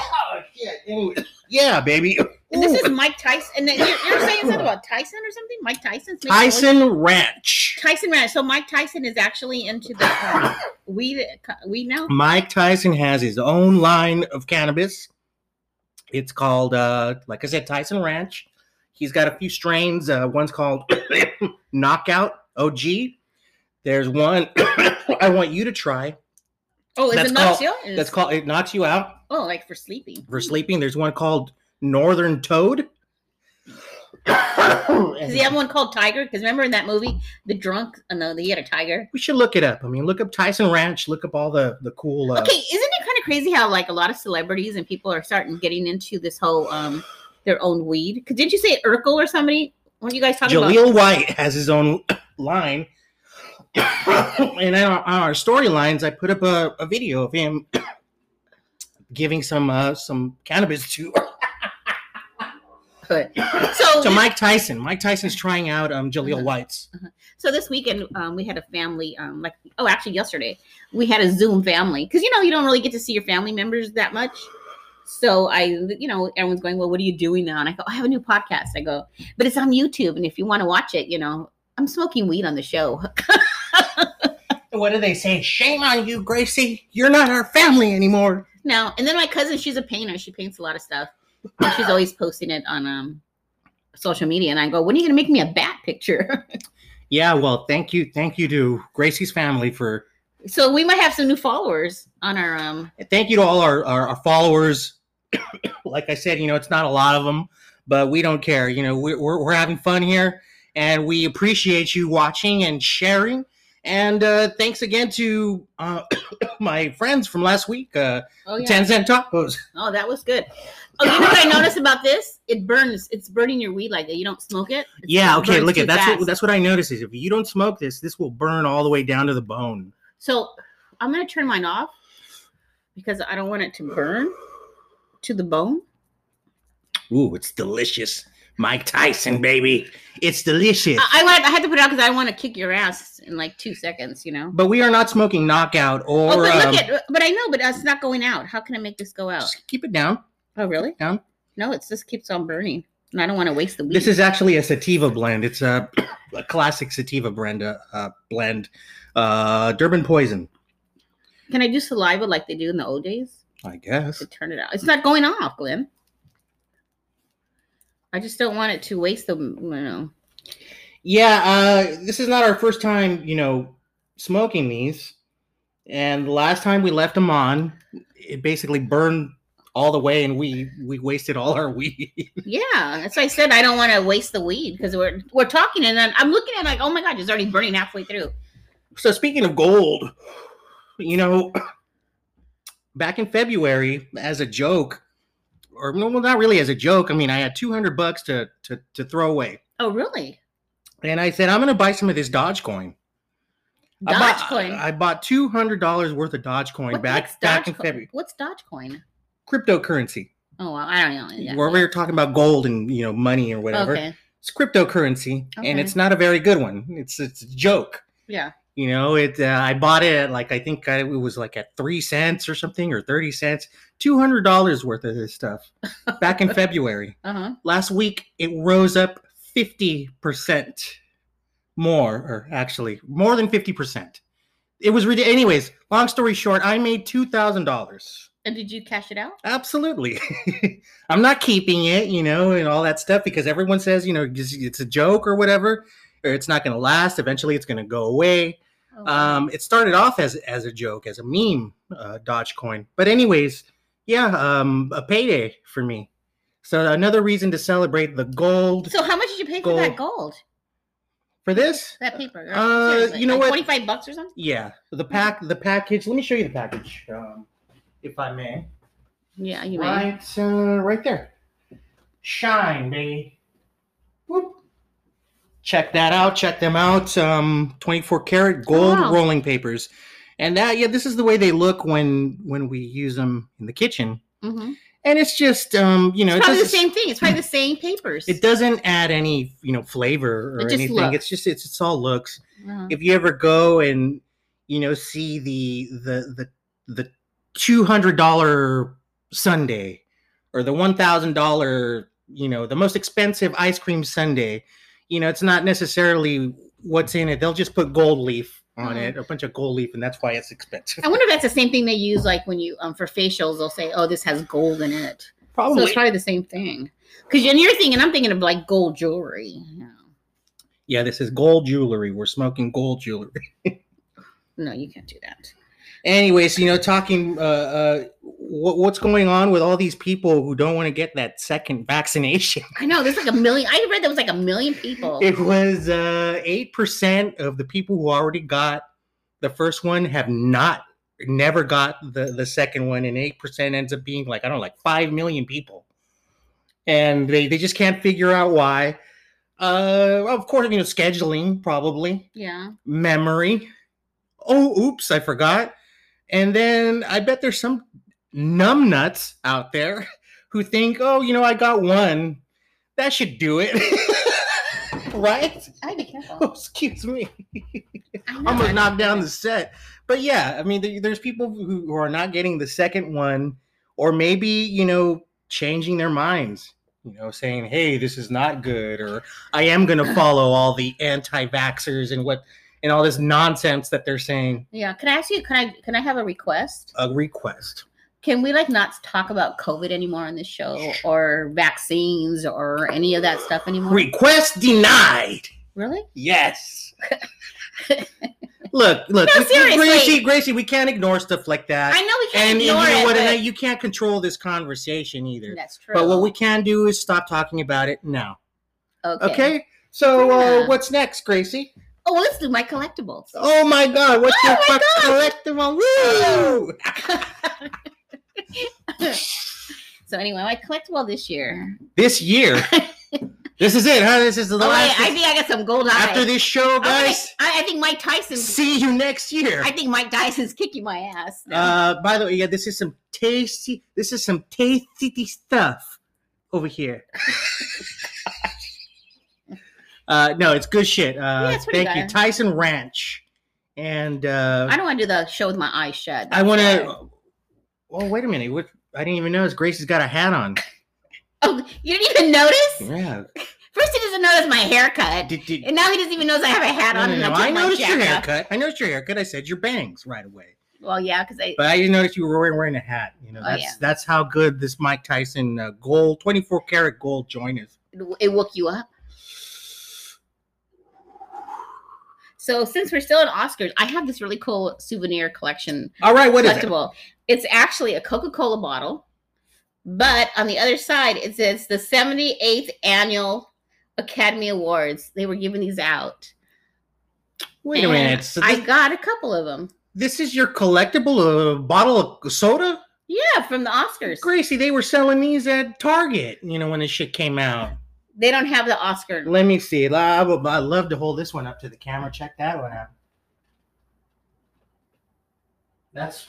S3: Oh, shit. Anyway. Yeah, baby.
S1: And this is
S3: Ooh.
S1: Mike Tyson. And then you're, you're saying something about Tyson or something? Mike Tyson's making gold?
S3: Tyson Ranch.
S1: Tyson Ranch. So Mike Tyson is actually into the um, weed. Weed now.
S3: Mike Tyson has his own line of cannabis. It's called, uh, like I said, Tyson Ranch. He's got a few strains. Uh, one's called Knockout OG. There's one I want you to try.
S1: Oh, is
S3: That's
S1: it not
S3: called-
S1: chill?
S3: That's called It Knocks You Out
S1: Oh, like for sleeping.
S3: for Sleeping. There's one called Northern Toad.
S1: Does he have one called Tiger? Because remember in that movie, the drunk. Oh no, he had a tiger.
S3: we should look it up. I mean, look up Tyson Ranch. Look up all the the cool. Uh,
S1: Okay, isn't it kind of crazy how like a lot of celebrities and people are starting getting into this whole um their own weed? Because didn't you say Urkel or somebody? What are you guys talking about?
S3: Jaleel White has his own line. and on our, on our storylines, I put up a, a video of him giving some uh, some cannabis to
S1: So
S3: to Mike Tyson. Mike Tyson's trying out um, Jaleel
S1: Uh-huh.
S3: White's.
S1: So this weekend, um, we had a family, um, like oh, actually yesterday, we had a Zoom family because you know you don't really get to see your family members that much. So I, you know, everyone's going, well, what are you doing now? And I go, I have a new podcast. I go, but it's on YouTube, and if you want to watch it, you know, I'm smoking weed on the show.
S3: What do they say? Shame on you, Gracie. You're not our family anymore.
S1: now and then my cousin, she's a painter. She paints a lot of stuff. And she's always posting it on um social media, and I go, when are you gonna make me a bat picture?
S3: Yeah, well, thank you, thank you to Gracie's family for
S1: so we might have some new followers on our um.
S3: thank you to all our, our, our followers. like I said, you know, it's not a lot of them, but we don't care. You know, we're, we're, we're having fun here. and we appreciate you watching and sharing. And uh, thanks again to uh, my friends from last week, uh,
S1: Oh yeah.
S3: Ten Cent Tacos.
S1: Oh, that was good. Oh, you know what I noticed about this? It burns. It's burning your weed like that. You don't smoke it. It's-
S3: Yeah,
S1: it
S3: okay,
S1: burns
S3: look
S1: too
S3: at that's
S1: fast.
S3: what that's what I notice is if you don't smoke this, this will burn all the way down to the bone.
S1: So I'm gonna turn mine off because I don't want it to burn to the bone.
S3: Ooh, it's delicious. Mike Tyson, baby. It's delicious.
S1: Uh, I, I want. I had to put it out because I want to kick your ass in like two seconds. You know.
S3: but we are not smoking knockout or
S1: oh, but
S3: um,
S1: look at. But I know, but it's not going out. How can I make this go out?
S3: just keep it down.
S1: Oh, really?
S3: down.
S1: No, it just keeps on burning, and I don't want to waste the weed.
S3: This is actually a sativa blend. It's a, a classic sativa blend, uh, uh, blend, uh, Durban Poison,
S1: Can I do saliva like they do in the old days
S3: I guess.
S1: to turn it out? It's not going off, Glenn. I just don't want it to waste the. You know.
S3: Yeah, uh, this is not our first time, you know, smoking these. And the last time we left them on, it basically burned all the way, and we we wasted all our weed.
S1: Yeah, that's why I said I don't want to waste the weed because we're we're talking and then I'm looking at it like, oh my god, it's already burning halfway through.
S3: so speaking of gold, you know, back in February, as a joke, or no, well, not really as a joke. I mean, I had two hundred bucks to to to throw away,
S1: Oh really?
S3: and I said I'm going to buy some of this Dogecoin. I bought-
S1: Dogecoin.
S3: I bought two hundred dollars worth of Dogecoin
S1: What the
S3: uh, back
S1: heck's
S3: back in
S1: Dogecoin?
S3: February.
S1: What's Dogecoin?
S3: Cryptocurrency.
S1: Oh, well, I don't know. Yeah.
S3: where we were talking about gold and you know money or whatever.
S1: Okay.
S3: It's cryptocurrency, and
S1: Okay.
S3: it's not a very good one. It's it's a joke.
S1: Yeah.
S3: You know, it. Uh, I bought it at like I think I, it was like at three cents or something or thirty cents, two hundred dollars worth of this stuff back in February.
S1: Uh huh.
S3: Last week it rose up fifty percent more, or actually more than fifty percent. It was ridiculous. Anyways, long story short, I made two thousand dollars.
S1: And did you cash it out?
S3: Absolutely. I'm not keeping it, you know, and all that stuff because everyone says, you know, it's it's a joke or whatever, or it's not going to last. Eventually, it's going to go away.
S1: Oh, wow.
S3: Um, it started off as as a joke, as a meme, uh, Dogecoin. But anyways, yeah, um, a payday for me. So another reason to celebrate the gold
S1: so how much did you pay for that gold?
S3: for this.
S1: That paper. or-
S3: Uh,
S1: seriously,
S3: you know
S1: like
S3: what?
S1: Twenty-five bucks or something.
S3: Yeah, the pack, the package. Let me show you the package, um, if I may.
S1: Yeah, you may.
S3: right, uh, right there. Shine, baby. Whoop. Check that out. Check them out. Um, 24 karat gold
S1: wow.
S3: rolling papers, and that yeah, this is the way they look when when we use them in the kitchen,
S1: Mhm.
S3: and it's just um, you know,
S1: It's probably
S3: it
S1: the
S3: doesn't,
S1: same thing. It's probably the same papers.
S3: It doesn't add any you know flavor or
S1: It just
S3: anything.
S1: looks.
S3: It's just it's it's all looks
S1: Uh-huh.
S3: if you ever go and you know see the the the the two hundred dollar Sunday or the one thousand dollar you know the most expensive ice cream Sunday, you know it's not necessarily what's in it. They'll just put gold leaf on
S1: Mhm.
S3: it, a bunch of gold leaf, and that's why it's expensive.
S1: I wonder if that's the same thing they use, like when you um for facials, they'll say, "Oh, this has gold in it." So
S3: Probably,
S1: it's probably the same thing. Because and you're thinking, I'm thinking of like gold jewelry. You know.
S3: yeah. This is gold jewelry. We're smoking gold jewelry.
S1: No, you can't do that.
S3: anyways you know talking uh, uh what, what's going on with all these people who don't want to get that second vaccination
S1: I know. There's like a million. I read there was like a million people.
S3: it was uh eight percent of the people who already got the first one have not never got the the second one and eight percent ends up being like i don't know like five million people and they they just can't figure out why uh of course you know scheduling probably
S1: yeah.
S3: memory. Oh, oops, I forgot. And then I bet there's some numbnuts out there who think, oh, you know, I got one. That should do it. right?
S1: I be careful.
S3: Oh, excuse me.
S1: I know,
S3: I'm
S1: I-
S3: going to knock down the set. But yeah, I mean, there- there's people who who are not getting the second one or maybe, you know, changing their minds. You know, saying, "Hey, this is not good," or "I am going to follow all the anti-vaxxers and what and all this nonsense that they're saying."
S1: Yeah. Can I ask you? Can I? Can I have a request?
S3: a request.
S1: Can we like not talk about COVID anymore on this show, or vaccines, or any of that stuff anymore?
S3: Request denied.
S1: Really?
S3: Yes. look, look,
S1: No,
S3: we- we- Gracie,
S1: seriously.
S3: Gracie, we can't ignore stuff like that.
S1: I know we can't
S3: and, and you
S1: ignore
S3: know
S1: it.
S3: what?
S1: but-
S3: And that you can't control this conversation either.
S1: that's true.
S3: But what we can do is stop talking about it now. Okay. So uh,
S1: Yeah.
S3: what's next, Gracie?
S1: Oh, well, let's do my collectibles.
S3: Oh my God! What's your fuck collectible? Woo!
S1: So anyway, my collectible this year.
S3: This year, this is it, huh? This is the
S1: Oh, I,
S3: last.
S1: I think I got some gold eyes. Oh,
S3: after this show, guys,
S1: I, I think Mike Tyson's.
S3: see you next year.
S1: I think Mike Tyson's kicking my ass. now.
S3: Uh, by the way, yeah, this is some tasty. This is some tasty stuff over here. uh, no, it's good shit. Uh,
S1: Yeah, it's pretty
S3: thank you,
S1: good.
S3: Tyson Ranch, and uh,
S1: I don't want to do the show with my eyes shut.
S3: I want to. Oh, wait a minute. What? I didn't even notice Gracie's got a hat on.
S1: Oh, you didn't even notice?
S3: Yeah.
S1: First, he doesn't notice my haircut,
S3: Did, did,
S1: and now he doesn't even notice I have a hat
S3: no,
S1: on.
S3: no,
S1: and
S3: no,
S1: I'm
S3: I
S1: putting my
S3: noticed your
S1: jacket.
S3: haircut. I noticed your haircut. I said your bangs right away.
S1: Well, yeah, because I.
S3: But I didn't notice you were wearing, wearing a hat. You know,
S1: Oh,
S3: that's
S1: yeah.
S3: that's how good this Mike Tyson uh, gold, twenty four karat gold joint is.
S1: it woke you up. So since we're still in Oscars, I have this really cool souvenir collection
S3: All right, what is it?
S1: collectible. It's actually a Coca-Cola bottle, but on the other side it says the 78th annual Academy Awards. They were giving these out.
S3: Wait a
S1: And
S3: minute. So
S1: I
S3: this,
S1: got a couple of them.
S3: this is your collectible uh, bottle of soda,
S1: Yeah, from the Oscars.
S3: Gracie. They were selling these at Target. You know when this shit came out.
S1: They don't have the Oscar.
S3: Let me see. I would I love to hold this one up to the camera. Check that one out. That's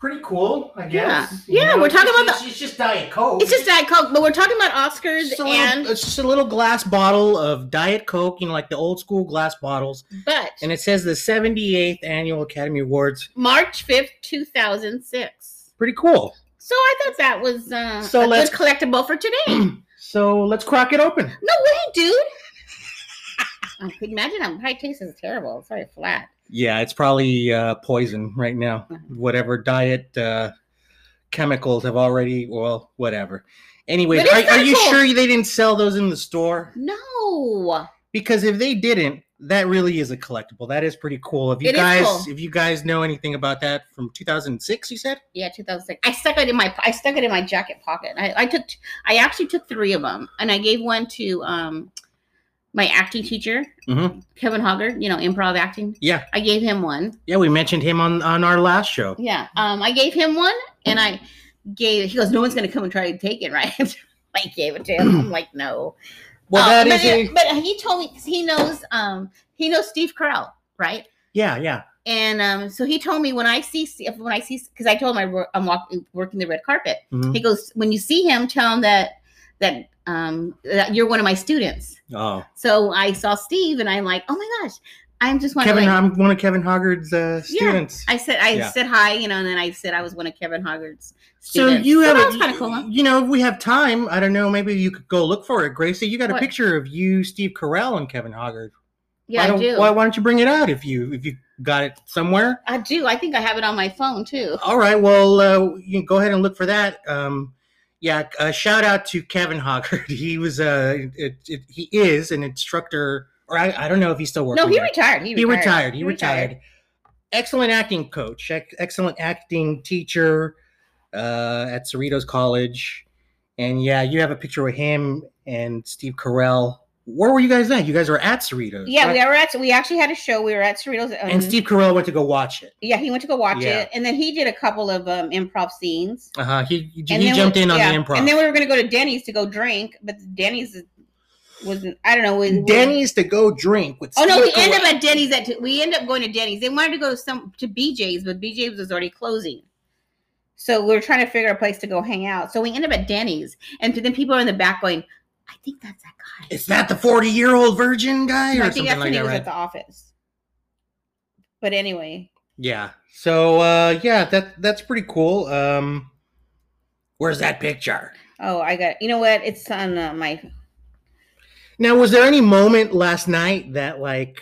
S3: pretty cool, I guess.
S1: Yeah. Yeah, we're talking about
S3: the. It's just Diet Coke.
S1: It's just Diet Coke, but we're talking about Oscars
S3: It's a little-
S1: and
S3: it's just a little glass bottle of Diet Coke, you know, like the old school glass bottles,
S1: but
S3: and it says the 78th annual Academy Awards.
S1: March 5th, 2006.
S3: Pretty cool.
S1: So I thought that was uh,
S3: So
S1: a
S3: let's-
S1: good collectible for today. no
S3: So let's crack it open.
S1: way, dude. I could imagine how probably tastes is terrible. It's very flat.
S3: Yeah, it's probably uh, poison right now.
S1: Uh-huh.
S3: Whatever diet uh, chemicals have already, well, whatever. Anyway,
S1: But it's
S3: are, are you
S1: simple.
S3: sure they didn't sell those in the store?
S1: No.
S3: Because if they didn't, that really is a collectible. That is pretty cool. If you
S1: It is
S3: guys,
S1: cool.
S3: if you guys know anything about that from 2006, you said.
S1: Yeah, 2006. I stuck it in my I stuck it in my jacket pocket. I, I took I actually took three of them, and I gave one to um my acting teacher,
S3: Mhm.
S1: Kevin Hoggard. You know, improv acting.
S3: Yeah.
S1: I gave him one.
S3: Yeah, we mentioned him on on our last show.
S1: Yeah. Um, I gave him one, and I gave. He goes, "No one's gonna come and try to take it, right?" I gave it to him. I'm like, "No."
S3: Well,
S1: Oh,
S3: that
S1: but,
S3: is a
S1: but he told me 'cause he knows um he knows Steve Carell, right?
S3: yeah, yeah.
S1: And um, so he told me when I see Steve- when I see because I told him I wor- I'm walking working the red carpet.
S3: Mhm.
S1: He goes when you see him, tell him that that um that you're one of my students.
S3: Oh,
S1: So I saw Steve and I'm like, oh my gosh, I'm just one
S3: Kevin,
S1: of like,
S3: I'm one of Kevin Hoggard's uh,
S1: Yeah.
S3: students.
S1: I said I
S3: Yeah.
S1: said hi, you know, and then I said I was one of Kevin Hoggard's
S3: So
S1: students.
S3: you have
S1: that
S3: a-
S1: was kind of cool. huh?
S3: You know, if we have time, I don't know. Maybe you could go look for it, Gracie. You got a
S1: What?
S3: picture of you, Steve Carell, and Kevin Hoggard.
S1: Yeah,
S3: why
S1: I
S3: don't,
S1: do.
S3: Why, why don't you bring it out if you if you got it somewhere?
S1: I do. I think I have it on my phone too.
S3: All right. Well, uh, you can go ahead and look for that. Um, yeah. Uh, shout out to Kevin Hoggard. He was uh, it, it, he is an instructor, or I, I don't know if he's still working.
S1: No, he
S3: there.
S1: retired. He
S3: he
S1: retired.
S3: retired. He retired. Excellent acting coach, ec- excellent acting teacher uh, at Cerritos College, and yeah, you have a picture with him and Steve Carell. Where were you guys at? You guys were at Cerritos.
S1: Yeah,
S3: right?
S1: we were at we actually had a show. We were at Cerritos. Um,
S3: And Steve Carell went to go watch it.
S1: Yeah, he went to go watch
S3: Yeah.
S1: it, and then he did a couple of um, improv scenes.
S3: Uh huh. He he,
S1: And
S3: he
S1: then
S3: jumped
S1: we-
S3: in on
S1: yeah,
S3: the improv.
S1: And then we were going to go to Denny's to go drink, but Denny's is- wasn't. I don't know. we- we-
S3: Denny's to go drink with.
S1: Oh no, we
S3: Steve
S1: end up
S3: Carell.
S1: at Denny's. At we end up going to Denny's. They wanted to go to some to BJ's, but BJ's was already closing. So we were trying to figure a place to go hang out. So we end up at Denny's, and then people are in the back going, "I think that's that guy."
S3: Is that the forty-year-old virgin guy or
S1: I
S3: something
S1: think that's
S3: like
S1: when he
S3: that?
S1: was
S3: Right?
S1: at the office. But anyway,
S3: Yeah. So uh, yeah, that that's pretty cool. Um, where's that picture?
S1: oh, I got. You know what? It's on uh, my
S3: Now, was there any moment last night that like,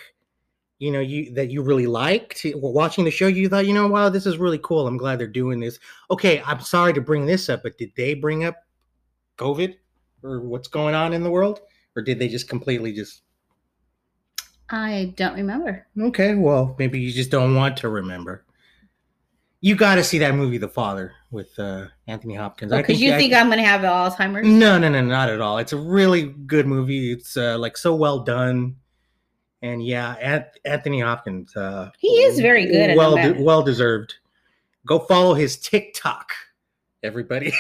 S3: you know, you that you really liked w- watching the show? You thought, you know, wow, this is really cool. I'm glad they're doing this. Okay, I'm sorry to bring this up, but did they bring up COVID or what's going on in the world, or did they just completely just?
S1: I don't remember.
S3: Okay, well, maybe you just don't want to remember. You got to see that movie, The Father, with uh, Anthony Hopkins. I
S1: Because you
S3: I-
S1: think I'm gonna have Alzheimer's?
S3: No, no, no, not at all. It's a really good movie. It's uh, like so well done, and yeah, An- Anthony Hopkins. Uh,
S1: He is very good at
S3: Well,
S1: that.
S3: de- well deserved. Go follow his TikTok, everybody.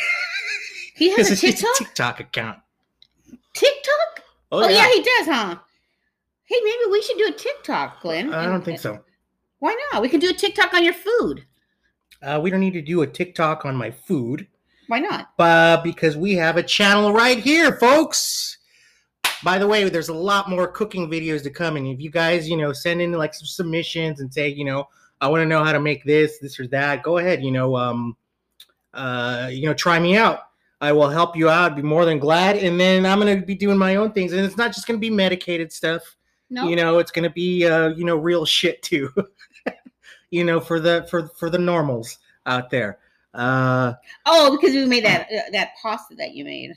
S1: He has a
S3: His- his
S1: TikTok.
S3: TikTok account.
S1: TikTok?
S3: Oh,
S1: Oh, yeah.
S3: yeah.
S1: he does, huh? Hey, maybe we should do a TikTok, Glenn.
S3: I don't think so.
S1: Why not? We can do a TikTok on your food.
S3: Uh, we don't need to do a TikTok on my food,
S1: Why not?
S3: but because we have a channel right here, folks. By the way, there's a lot more cooking videos to come, and if you guys, you know, send in like some submissions and say, you know, I want to know how to make this, this or that, go ahead, you know, um, uh, you know, try me out. I will help you out. I'd be more than glad. And then I'm gonna be doing my own things, and it's not just gonna be medicated stuff.
S1: No.
S3: you know it's gonna be uh you know real shit too you know for the for for the normals out there uh
S1: oh, because we made that uh, that pasta that you made.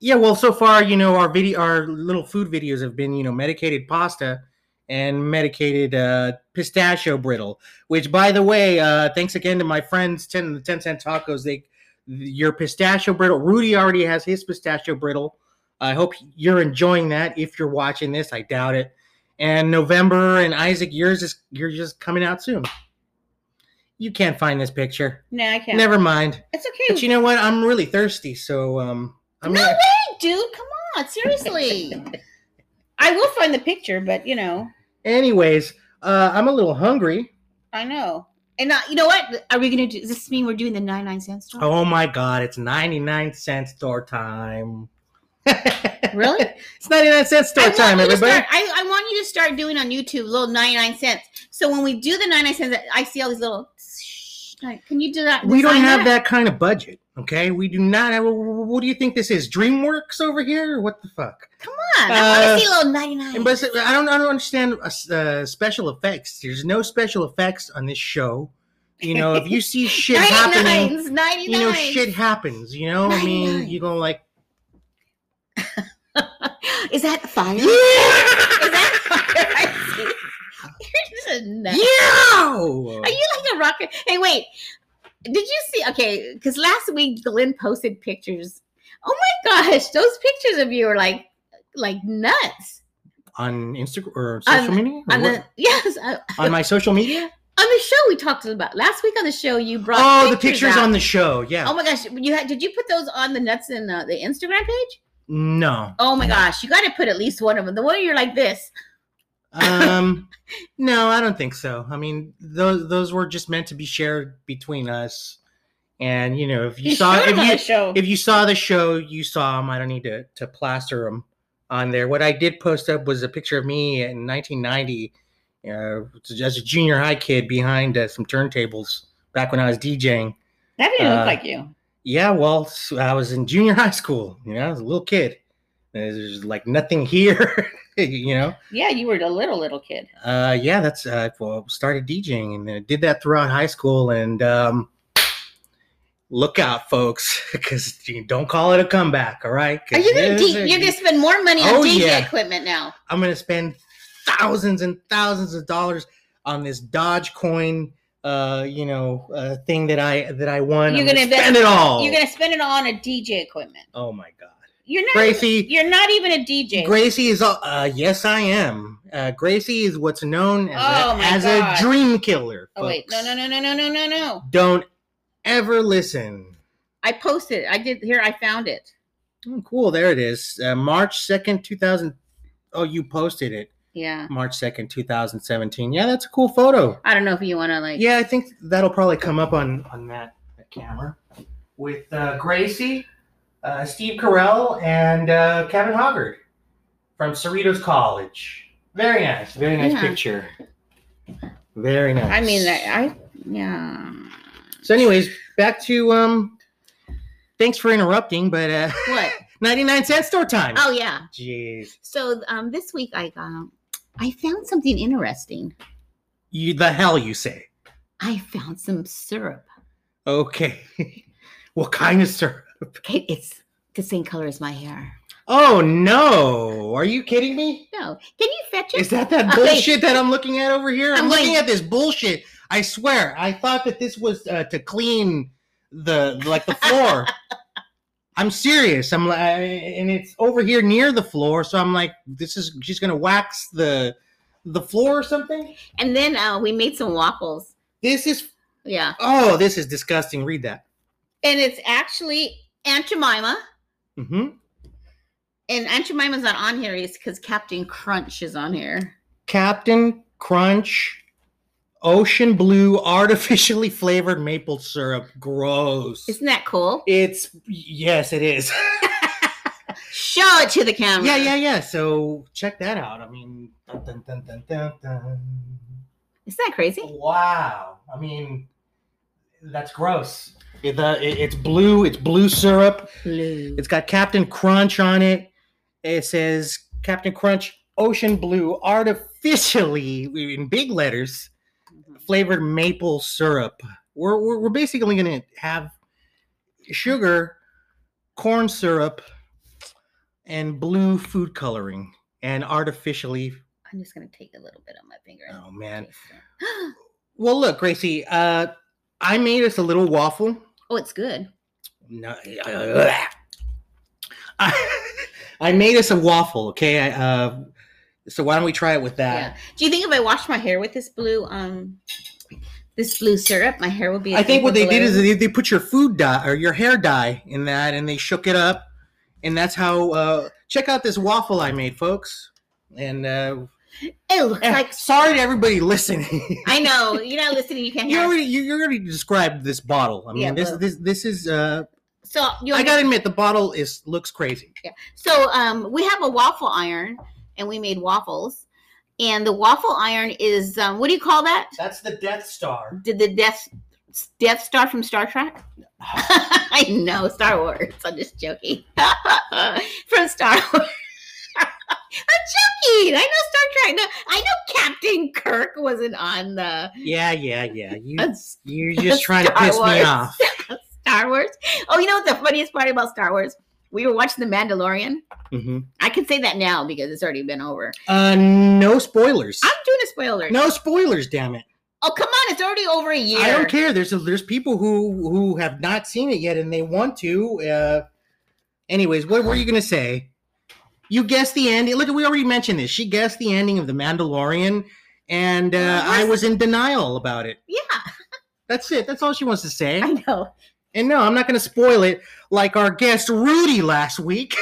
S3: yeah well so far you know our video our little food videos have been you know medicated pasta and medicated uh pistachio brittle which by the way uh thanks again to my friends 10 the 10 cent tacos they your pistachio brittle rudy already has his pistachio brittle i hope you're enjoying that if you're watching this i doubt it and november and isaac yours is you're just coming out soon you can't find this picture
S1: No, I can't.
S3: never mind
S1: It's
S3: but
S1: okay.
S3: you know what i'm really thirsty so um i'm
S1: no
S3: gonna-
S1: way, dude. Come on, seriously. I will find the picture, but you know,
S3: Anyways, uh, I'm a little hungry.
S1: I know. And uh, you know what? Are we gonna do? Does this mean we're doing the nine nine cent store?
S3: Oh my god, it's 99 cent store time. it's
S1: Really?
S3: 99 cent store
S1: I want
S3: time,
S1: you to
S3: everybody.
S1: start- I, I want you to start doing on YouTube little 99 cents. So when we do the 99 cents, I see all these little. shh, like, Can you do that?
S3: We don't
S1: design
S3: have that kind of budget, okay? We do not have. wh- wh- What do you think this is? DreamWorks over here? or What the fuck?
S1: Come on, I
S3: Uh,
S1: want to see little
S3: And
S1: 99.
S3: but I don't. I don't understand uh, s- uh, special effects. There's no special effects on this show. You know, if you see shit happening,
S1: 99s, 99s.
S3: you know, shit happens. You know, I mean,
S1: 99.
S3: you gonna like.
S2: Is that fire?
S1: Is that- You're just a nut.
S3: Yeah!
S1: Are you like a rocker? Hey, wait. Did you see? Okay, because last week Glenn posted pictures. Oh my gosh, those pictures of you are like, like nuts.
S3: on Instagram or social media? Or
S1: On the
S3: what?
S1: yes, uh,
S3: on my social media?
S1: on the show we talked about last week on the show you brought
S3: Oh, the pictures
S1: out.
S3: on the show. Yeah.
S1: oh my gosh you had did you put those on the nuts in uh, the instagram page
S3: no.
S1: oh my gosh you got to put at least one of them the one you're like this
S3: Um no, I don't think so. I mean, those those were just meant to be shared between us. And you know, if you, saw
S1: showed
S3: if
S1: them on the
S3: you
S1: show
S3: if you saw the show, you saw them. I don't need to to plaster them on there. What I did post up was a picture of me in 1990 uh, as a junior high kid behind uh, some turntables back when I was DJing.
S1: that didn't
S3: uh,
S1: look like you
S3: Yeah, well, s- I was in junior high school. You know, I was a little kid. There's like nothing here. you know.
S1: yeah you were a little little kid
S3: Uh, yeah, that's uh, well, started DJing and then did that throughout high school. And um, look out, folks, because don't call it a comeback. All right. 'Cause
S1: are you gonna
S3: this
S1: de-
S3: is-
S1: you're gonna spend more money on
S3: Oh,
S1: dj
S3: yeah.
S1: equipment now
S3: I'm gonna spend thousands and thousands of dollars on this Dogecoin. Uh, you know, uh, thing that I that I won.
S1: You're
S3: I'm
S1: gonna invest-
S3: spend it all.
S1: you're gonna spend it all on a dj equipment
S3: oh my god.
S1: you're not
S3: Gracie,
S1: you're not even a dj
S3: Gracie is all, uh yes I am. Uh, Gracie is what's known as,
S1: Oh,
S3: a,
S1: my
S3: as
S1: God.
S3: a dream killer.
S1: oh wait no
S3: folks.
S1: no no no no no no no
S3: Don't ever listen.
S1: i posted it. i did here i found it
S3: Oh, cool, there it is. Uh, March 2nd, 2000 Oh, you posted it.
S1: yeah
S3: March 2nd, 2017. Yeah, that's a cool photo.
S1: i don't know if you want to like
S3: Yeah, I think that'll probably come up on on that, that camera with uh, Gracie, uh, Steve Carell, and uh, Kevin Hoggard from Cerritos College. Very nice, very nice
S1: Yeah.
S3: picture. Very nice.
S1: I mean, I, I yeah.
S3: So, anyways, back to um. Thanks for interrupting, but uh,
S1: What?
S3: ninety nine cent store time.
S1: Oh yeah.
S3: jeez,
S1: So um, this week I um, I found something interesting.
S3: you the hell you say?
S1: I found some syrup.
S3: Okay, what kind of syrup?
S1: Okay, it's the same color as my hair.
S3: Oh no, are you kidding me?
S1: No, can you fetch it?
S3: Is that that
S1: Okay.
S3: bullshit that I'm looking at over here? I'm,
S1: I'm
S3: looking
S1: going-
S3: at this bullshit. I swear, I thought that this was uh, to clean the like the floor. I'm serious. I'm like, and it's over here near the floor, so I'm like, this is she's gonna wax the the floor or something.
S1: And then uh, we made some waffles.
S3: This is
S1: Yeah.
S3: oh, this is disgusting. Read that.
S1: And it's actually Aunt Jemima.
S3: hmm
S1: And Aunt Jemima's not on here is because Captain Crunch is on here.
S3: Captain Crunch Ocean Blue artificially flavored maple syrup. Gross.
S1: Isn't that cool?
S3: It's yes, it is.
S1: Show it to the camera.
S3: yeah, yeah, yeah. So check that out. I mean, dun, dun, dun, dun, dun, dun.
S1: Isn't that crazy?
S3: wow. I mean, that's gross. It- the- it- it's blue. It's blue syrup.
S1: Blue.
S3: It's got Captain Crunch on it. It says Captain Crunch Ocean Blue artificially in big letters flavored maple syrup. We're we're, we're basically going to have sugar, corn syrup, and blue food coloring and artificially.
S1: I'm just gonna take a little bit on my finger. and
S3: Oh man.
S1: taste
S3: Well, look, Gracie. Uh, I made us a little waffle.
S1: it. Oh, it's good.
S3: No, I, I made us a waffle. Okay, I, uh, so why don't we try it with
S1: Yeah.
S3: that?
S1: Do you think if I wash my hair with this blue um this blue syrup, my hair will be? a
S3: I think what they
S1: deeper
S3: did is
S1: blue?
S3: they, they put your food dye or your hair dye in that, and they shook it up, and that's how. Uh, check out this waffle I made, folks. And uh,
S1: it looks
S3: eh,
S1: like.
S3: sorry to everybody listening.
S1: I know you're not listening. You can't
S3: you
S1: hear.
S3: already you, you already described this bottle. I mean,
S1: Yeah,
S3: this
S1: but-
S3: this this is. Uh,
S1: so you.
S3: I
S1: want me-
S3: gotta admit, the bottle is looks crazy.
S1: So um, we have a waffle iron, and we made waffles. And the waffle iron is um, what do you call that?
S3: That's the Death Star.
S1: Did the Death Death Star from Star Trek? I know Star Wars. I'm just joking. from Star Wars. I'm joking. I know Star Trek. No, I know Captain Kirk wasn't on the
S3: Yeah, yeah, yeah. You
S1: That's-
S3: you're just trying to
S1: Star
S3: piss me
S1: Wars.
S3: off.
S1: Star Wars. Oh, you know what the funniest part about Star Wars? We were watching The Mandalorian.
S3: Mm-hmm.
S1: I can say that now because it's already been over.
S3: Uh, no spoilers.
S1: I'm doing a spoiler.
S3: No spoilers, damn it!
S1: Oh come on, it's already over a year.
S3: I don't care. There's there's people who who have not seen it yet and they want to. Uh, anyways, what were you gonna say? You guessed the ending. Look, we already mentioned this. She guessed the ending of the Mandalorian, and uh, I was in denial about it.
S1: Yeah,
S3: That's it. That's all she wants to say.
S1: I know.
S3: And no, I'm not gonna spoil it. Like our guest Rudy last week.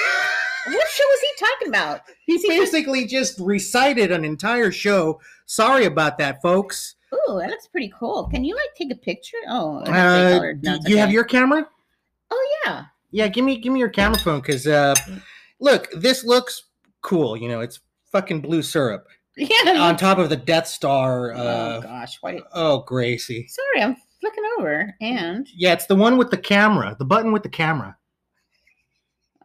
S1: What show was he talking about?
S3: He basically just recited an entire show. Sorry about that, folks.
S1: Ooh, that looks pretty cool. Can you like take a picture? Oh, that's
S3: Uh,
S1: colored.
S3: do
S1: No, it's
S3: you have
S1: okay.
S3: your camera?
S1: Oh yeah.
S3: Yeah, give me give me your camera phone because uh, look, this looks cool. You know, it's fucking blue syrup
S1: Yeah.
S3: on top of the Death Star.
S1: oh
S3: Uh,
S1: gosh, why? Did,
S3: oh, Gracie.
S1: sorry, I'm flicking over, and
S3: Yeah, it's the one with the camera, the button with the camera.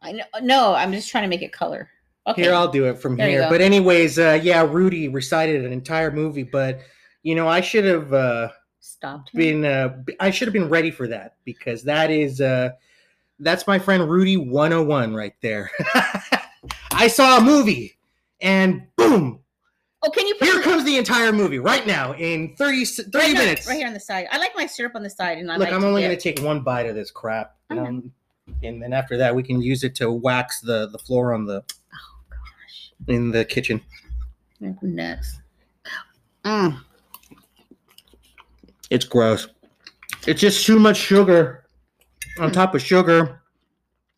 S1: I know. No, I'm just trying to make it color. Okay.
S3: Here, I'll do it from
S1: There you
S3: here.
S1: go.
S3: But anyways, uh, yeah, Rudy recited an entire movie, but you know, I should have. Uh,
S1: Stopped. him.
S3: been uh b- I should have been ready for that because that is uh that's my friend Rudy 101 right there. I saw a movie and boom,
S1: oh, can you put
S3: here
S1: it
S3: comes the entire movie right now in 30 s- 30
S1: right, on-
S3: minutes.
S1: right here on the side? I like my syrup on the side, and I
S3: Look,
S1: like
S3: I'm
S1: to
S3: only
S1: dip.
S3: going to take one bite of this crap.
S1: I
S3: And,
S1: know.
S3: um, and then after that we can use it to wax the the floor on the
S1: Oh,
S3: in the kitchen.
S1: Next. Mm.
S3: It's gross. It's just too much sugar on
S1: Mm.
S3: top of sugar.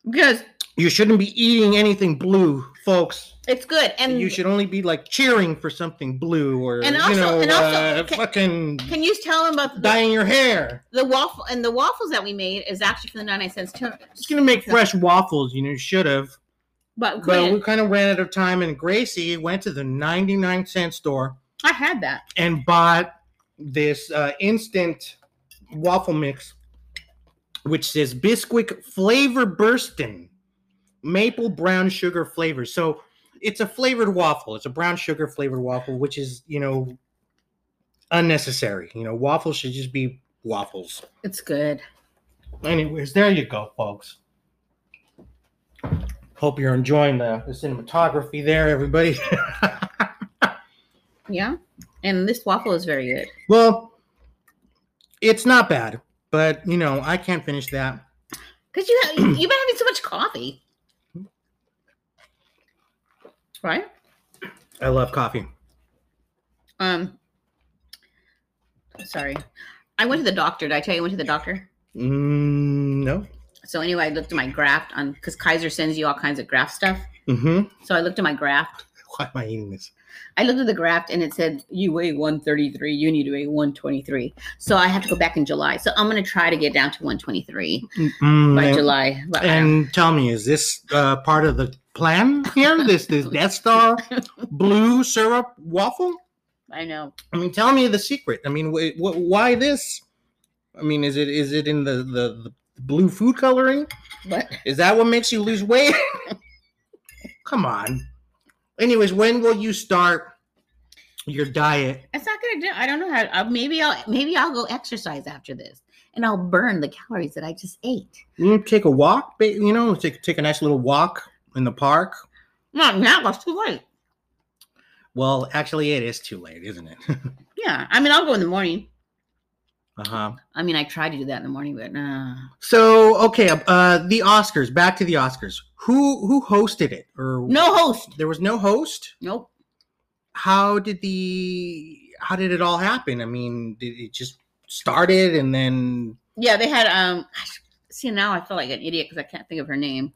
S1: Because
S3: You shouldn't be eating anything blue, folks.
S1: it's good, and
S3: you should only be like cheering for something blue or
S1: And also-
S3: you know
S1: and also,
S3: uh,
S1: ca-
S3: fucking
S1: Can you tell them about the,
S3: dyeing your hair.
S1: the waffle and the waffles that we made is actually from the 99 cents to,
S3: Just gonna make fresh waffles. You know, you should have,
S1: but,
S3: but we
S1: couldn't.
S3: kind of ran out of time. And Gracie went to the ninety-nine cent store
S1: I had that.
S3: and bought this uh, instant waffle mix, which says Bisquick flavor burstin, maple brown sugar flavor. So it's a flavored waffle. It's a brown sugar flavored waffle, which is you know unnecessary. You know, waffles should just be waffles.
S1: It's good.
S3: Anyways, there you go, folks. Hope you're enjoying the, the cinematography there, everybody.
S1: Yeah. And this waffle is very good.
S3: Well, It's not bad, but you know, I can't finish that.
S1: Because you have, you've been having so much coffee. Right?
S3: I love coffee.
S1: Um sorry. I went to the doctor. Did I tell you I went to the doctor?
S3: Mm, no.
S1: So anyway, I looked at my graft on because Kaiser sends you all kinds of graft stuff.
S3: Mm-hmm.
S1: So I looked at my graft.
S3: Why am I eating this?
S1: I looked at the graft and it said you weigh 133, you need to weigh 123. So I have to go back in July. So I'm gonna try to get down to 123
S3: Mm,
S1: by
S3: and,
S1: July. But I don't-
S3: and tell me, is this uh, part of the plan here? this this Death Star blue syrup waffle?
S1: I know.
S3: I mean, tell me the secret. I mean, wh- wh- why this? I mean, is it is it in the, the the blue food coloring?
S1: But
S3: Is that what makes you lose weight? Come on. Anyways, when will you start your diet?
S1: it's not gonna do. I don't know how. Uh, maybe I'll maybe I'll go exercise after this, and I'll burn the calories that I just ate.
S3: You know, take a walk, ba- you know, take take a nice little walk in the park.
S1: Not now. That's too late.
S3: Well, actually, it is too late, isn't it?
S1: Yeah. I mean, I'll go in the morning.
S3: uh huh.
S1: I mean, I try to do that in the morning, but uh, nah.
S3: So, okay, uh, the Oscars. Back to the Oscars. Who who hosted it? Or
S1: No host.
S3: there was no host.
S1: Nope.
S3: how did the how did it all happen? I mean, did it just started and then
S1: Yeah, they had um. gosh, See now I feel like an idiot because I can't think of her name.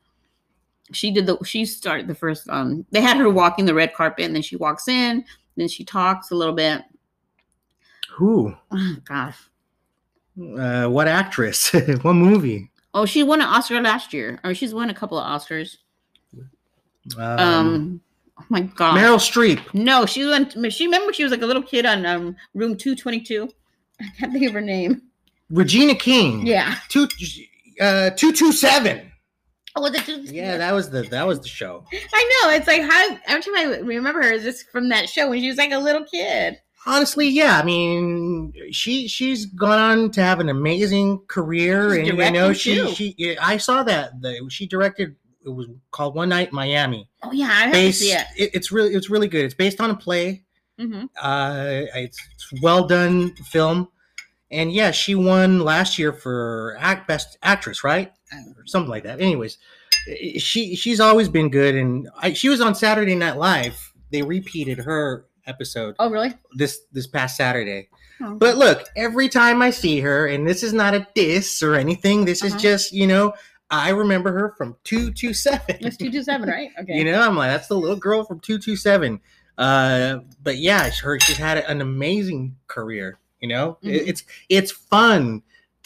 S1: She did the. She started the first. Um, they had her walking the red carpet, and then she walks in. Then she talks a little bit.
S3: who?
S1: Oh, gosh.
S3: Uh, what actress? what movie?
S1: Oh, she won an Oscar last year, or she's won a couple of Oscars.
S3: Um,
S1: Um. oh my God.
S3: Meryl Streep.
S1: No, she went. She remember she was like a little kid on um, room two twenty two. I can't think of her name.
S3: Regina King.
S1: Yeah.
S3: Two uh two two seven.
S1: Oh, was it two?
S3: Yeah, that was the that was the show.
S1: I know. It's like how every time I remember her is just from that show when she was like a little kid.
S3: Honestly, yeah. I mean, she she's gone on to have an amazing career,
S1: She's
S3: and you
S1: directing,
S3: know she
S1: too.
S3: she yeah, I saw that the, she directed. It was called One Night in Miami.
S1: Oh yeah, I have
S3: Based,
S1: to see it.
S3: it- it's really it's really good. It's based on a play.
S1: hmm
S3: uh it's, it's well done film and yeah she won last year for act best actress right or something like that anyways i- she she's always been good and I, she was on saturday night live they repeated her episode
S1: Oh really?
S3: this this past saturday
S1: Oh.
S3: but look every time i see her and this is not a diss or anything this
S1: Uh-huh.
S3: is just you know i remember her from 227
S1: it's two two seven, right? Okay.
S3: you know, I'm like, that's the little girl from 227. Uh, but yeah, it's her she's had an amazing career. You know, It-
S1: Mhm.
S3: it's it's fun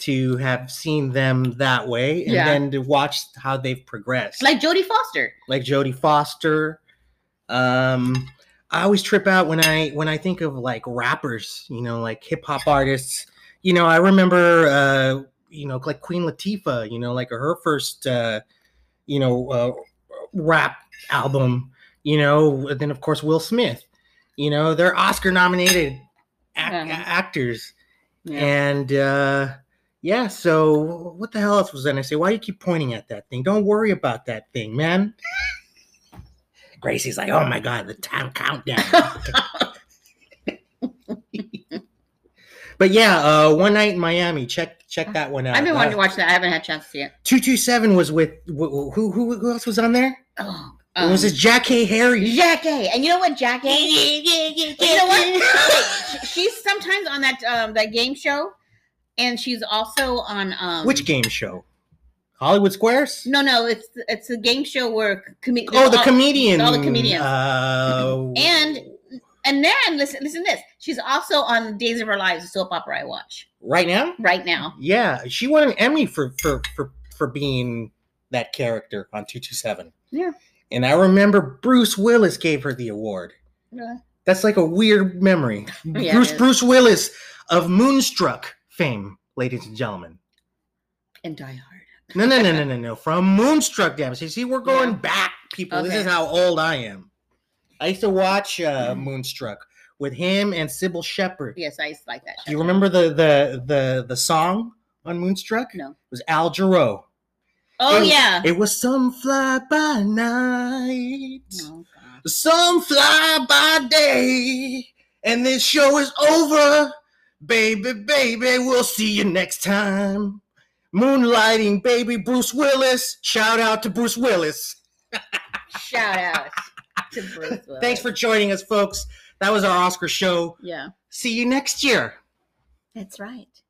S3: to have seen them that way, and
S1: Yeah.
S3: then to watch how they've progressed,
S1: It's like Jodie Foster.
S3: like Jodie Foster. Um, I always trip out when I when I think of like rappers, you know, like hip hop artists. You know, I remember, uh, you know, like Queen Latifah. You know, like her first, uh, you know, uh, rap album. You know, and then of course Will Smith. You know, they're Oscar nominated ac-
S1: Uh-huh.
S3: actors,
S1: Yeah.
S3: and uh, yeah. So what the hell else was that? I say, why do you keep pointing at that thing? Don't worry about that thing, man. Gracie's like, oh my god, the time countdown. but yeah, uh, one night in Miami. Check check that one out.
S1: I've been wanting to
S3: That-
S1: watch that. I haven't had a chance to see it.
S3: Two two seven was with wh- who who who else was on there?
S1: Oh,
S3: it was
S1: um,
S3: this Jack K. Harry.
S1: Jack A. And you know what, Jack A? you know what? Wait, sh- she's sometimes on that um that game show, and she's also on um
S3: Which game show? Hollywood Squares?
S1: No, no, it's it's a game show where comed
S3: oh, the comedian.
S1: all the comedians.
S3: Uh,
S1: And and then listen, listen to this. She's also on Days of Her Lives, a soap opera I watch
S3: right now?
S1: right now.
S3: Yeah, she won an Emmy for for for for being that character on Two Two Seven.
S1: Yeah.
S3: And I remember Bruce Willis gave her the award. That's like a weird memory.
S1: Yeah,
S3: Bruce
S1: it is.
S3: Bruce Willis of Moonstruck fame, ladies and gentlemen.
S1: And Die Hard.
S3: No, no, no, no, no, no. From Moonstruck Dam. See, see, we're going
S1: Yeah.
S3: back, people.
S1: Okay. Mm-hmm.
S3: This is how old I am. I used to watch uh, Moonstruck with him and Sybil Shepherd.
S1: Yes, I used to like that.
S3: Do you remember the the the the song on Moonstruck?
S1: No.
S3: It was Al Jarreau.
S1: Oh
S3: It-
S1: yeah.
S3: It was some fly by night,
S1: Oh, God.
S3: some fly by day, and this show is over Baby, baby, we'll see you next time. Moonlighting, baby, Bruce Willis. Shout out to Bruce Willis.
S1: Shout out to Bruce. Willis.
S3: Thanks for joining us, folks. That was our Oscar show.
S1: yeah.
S3: See you next year.
S1: That's right.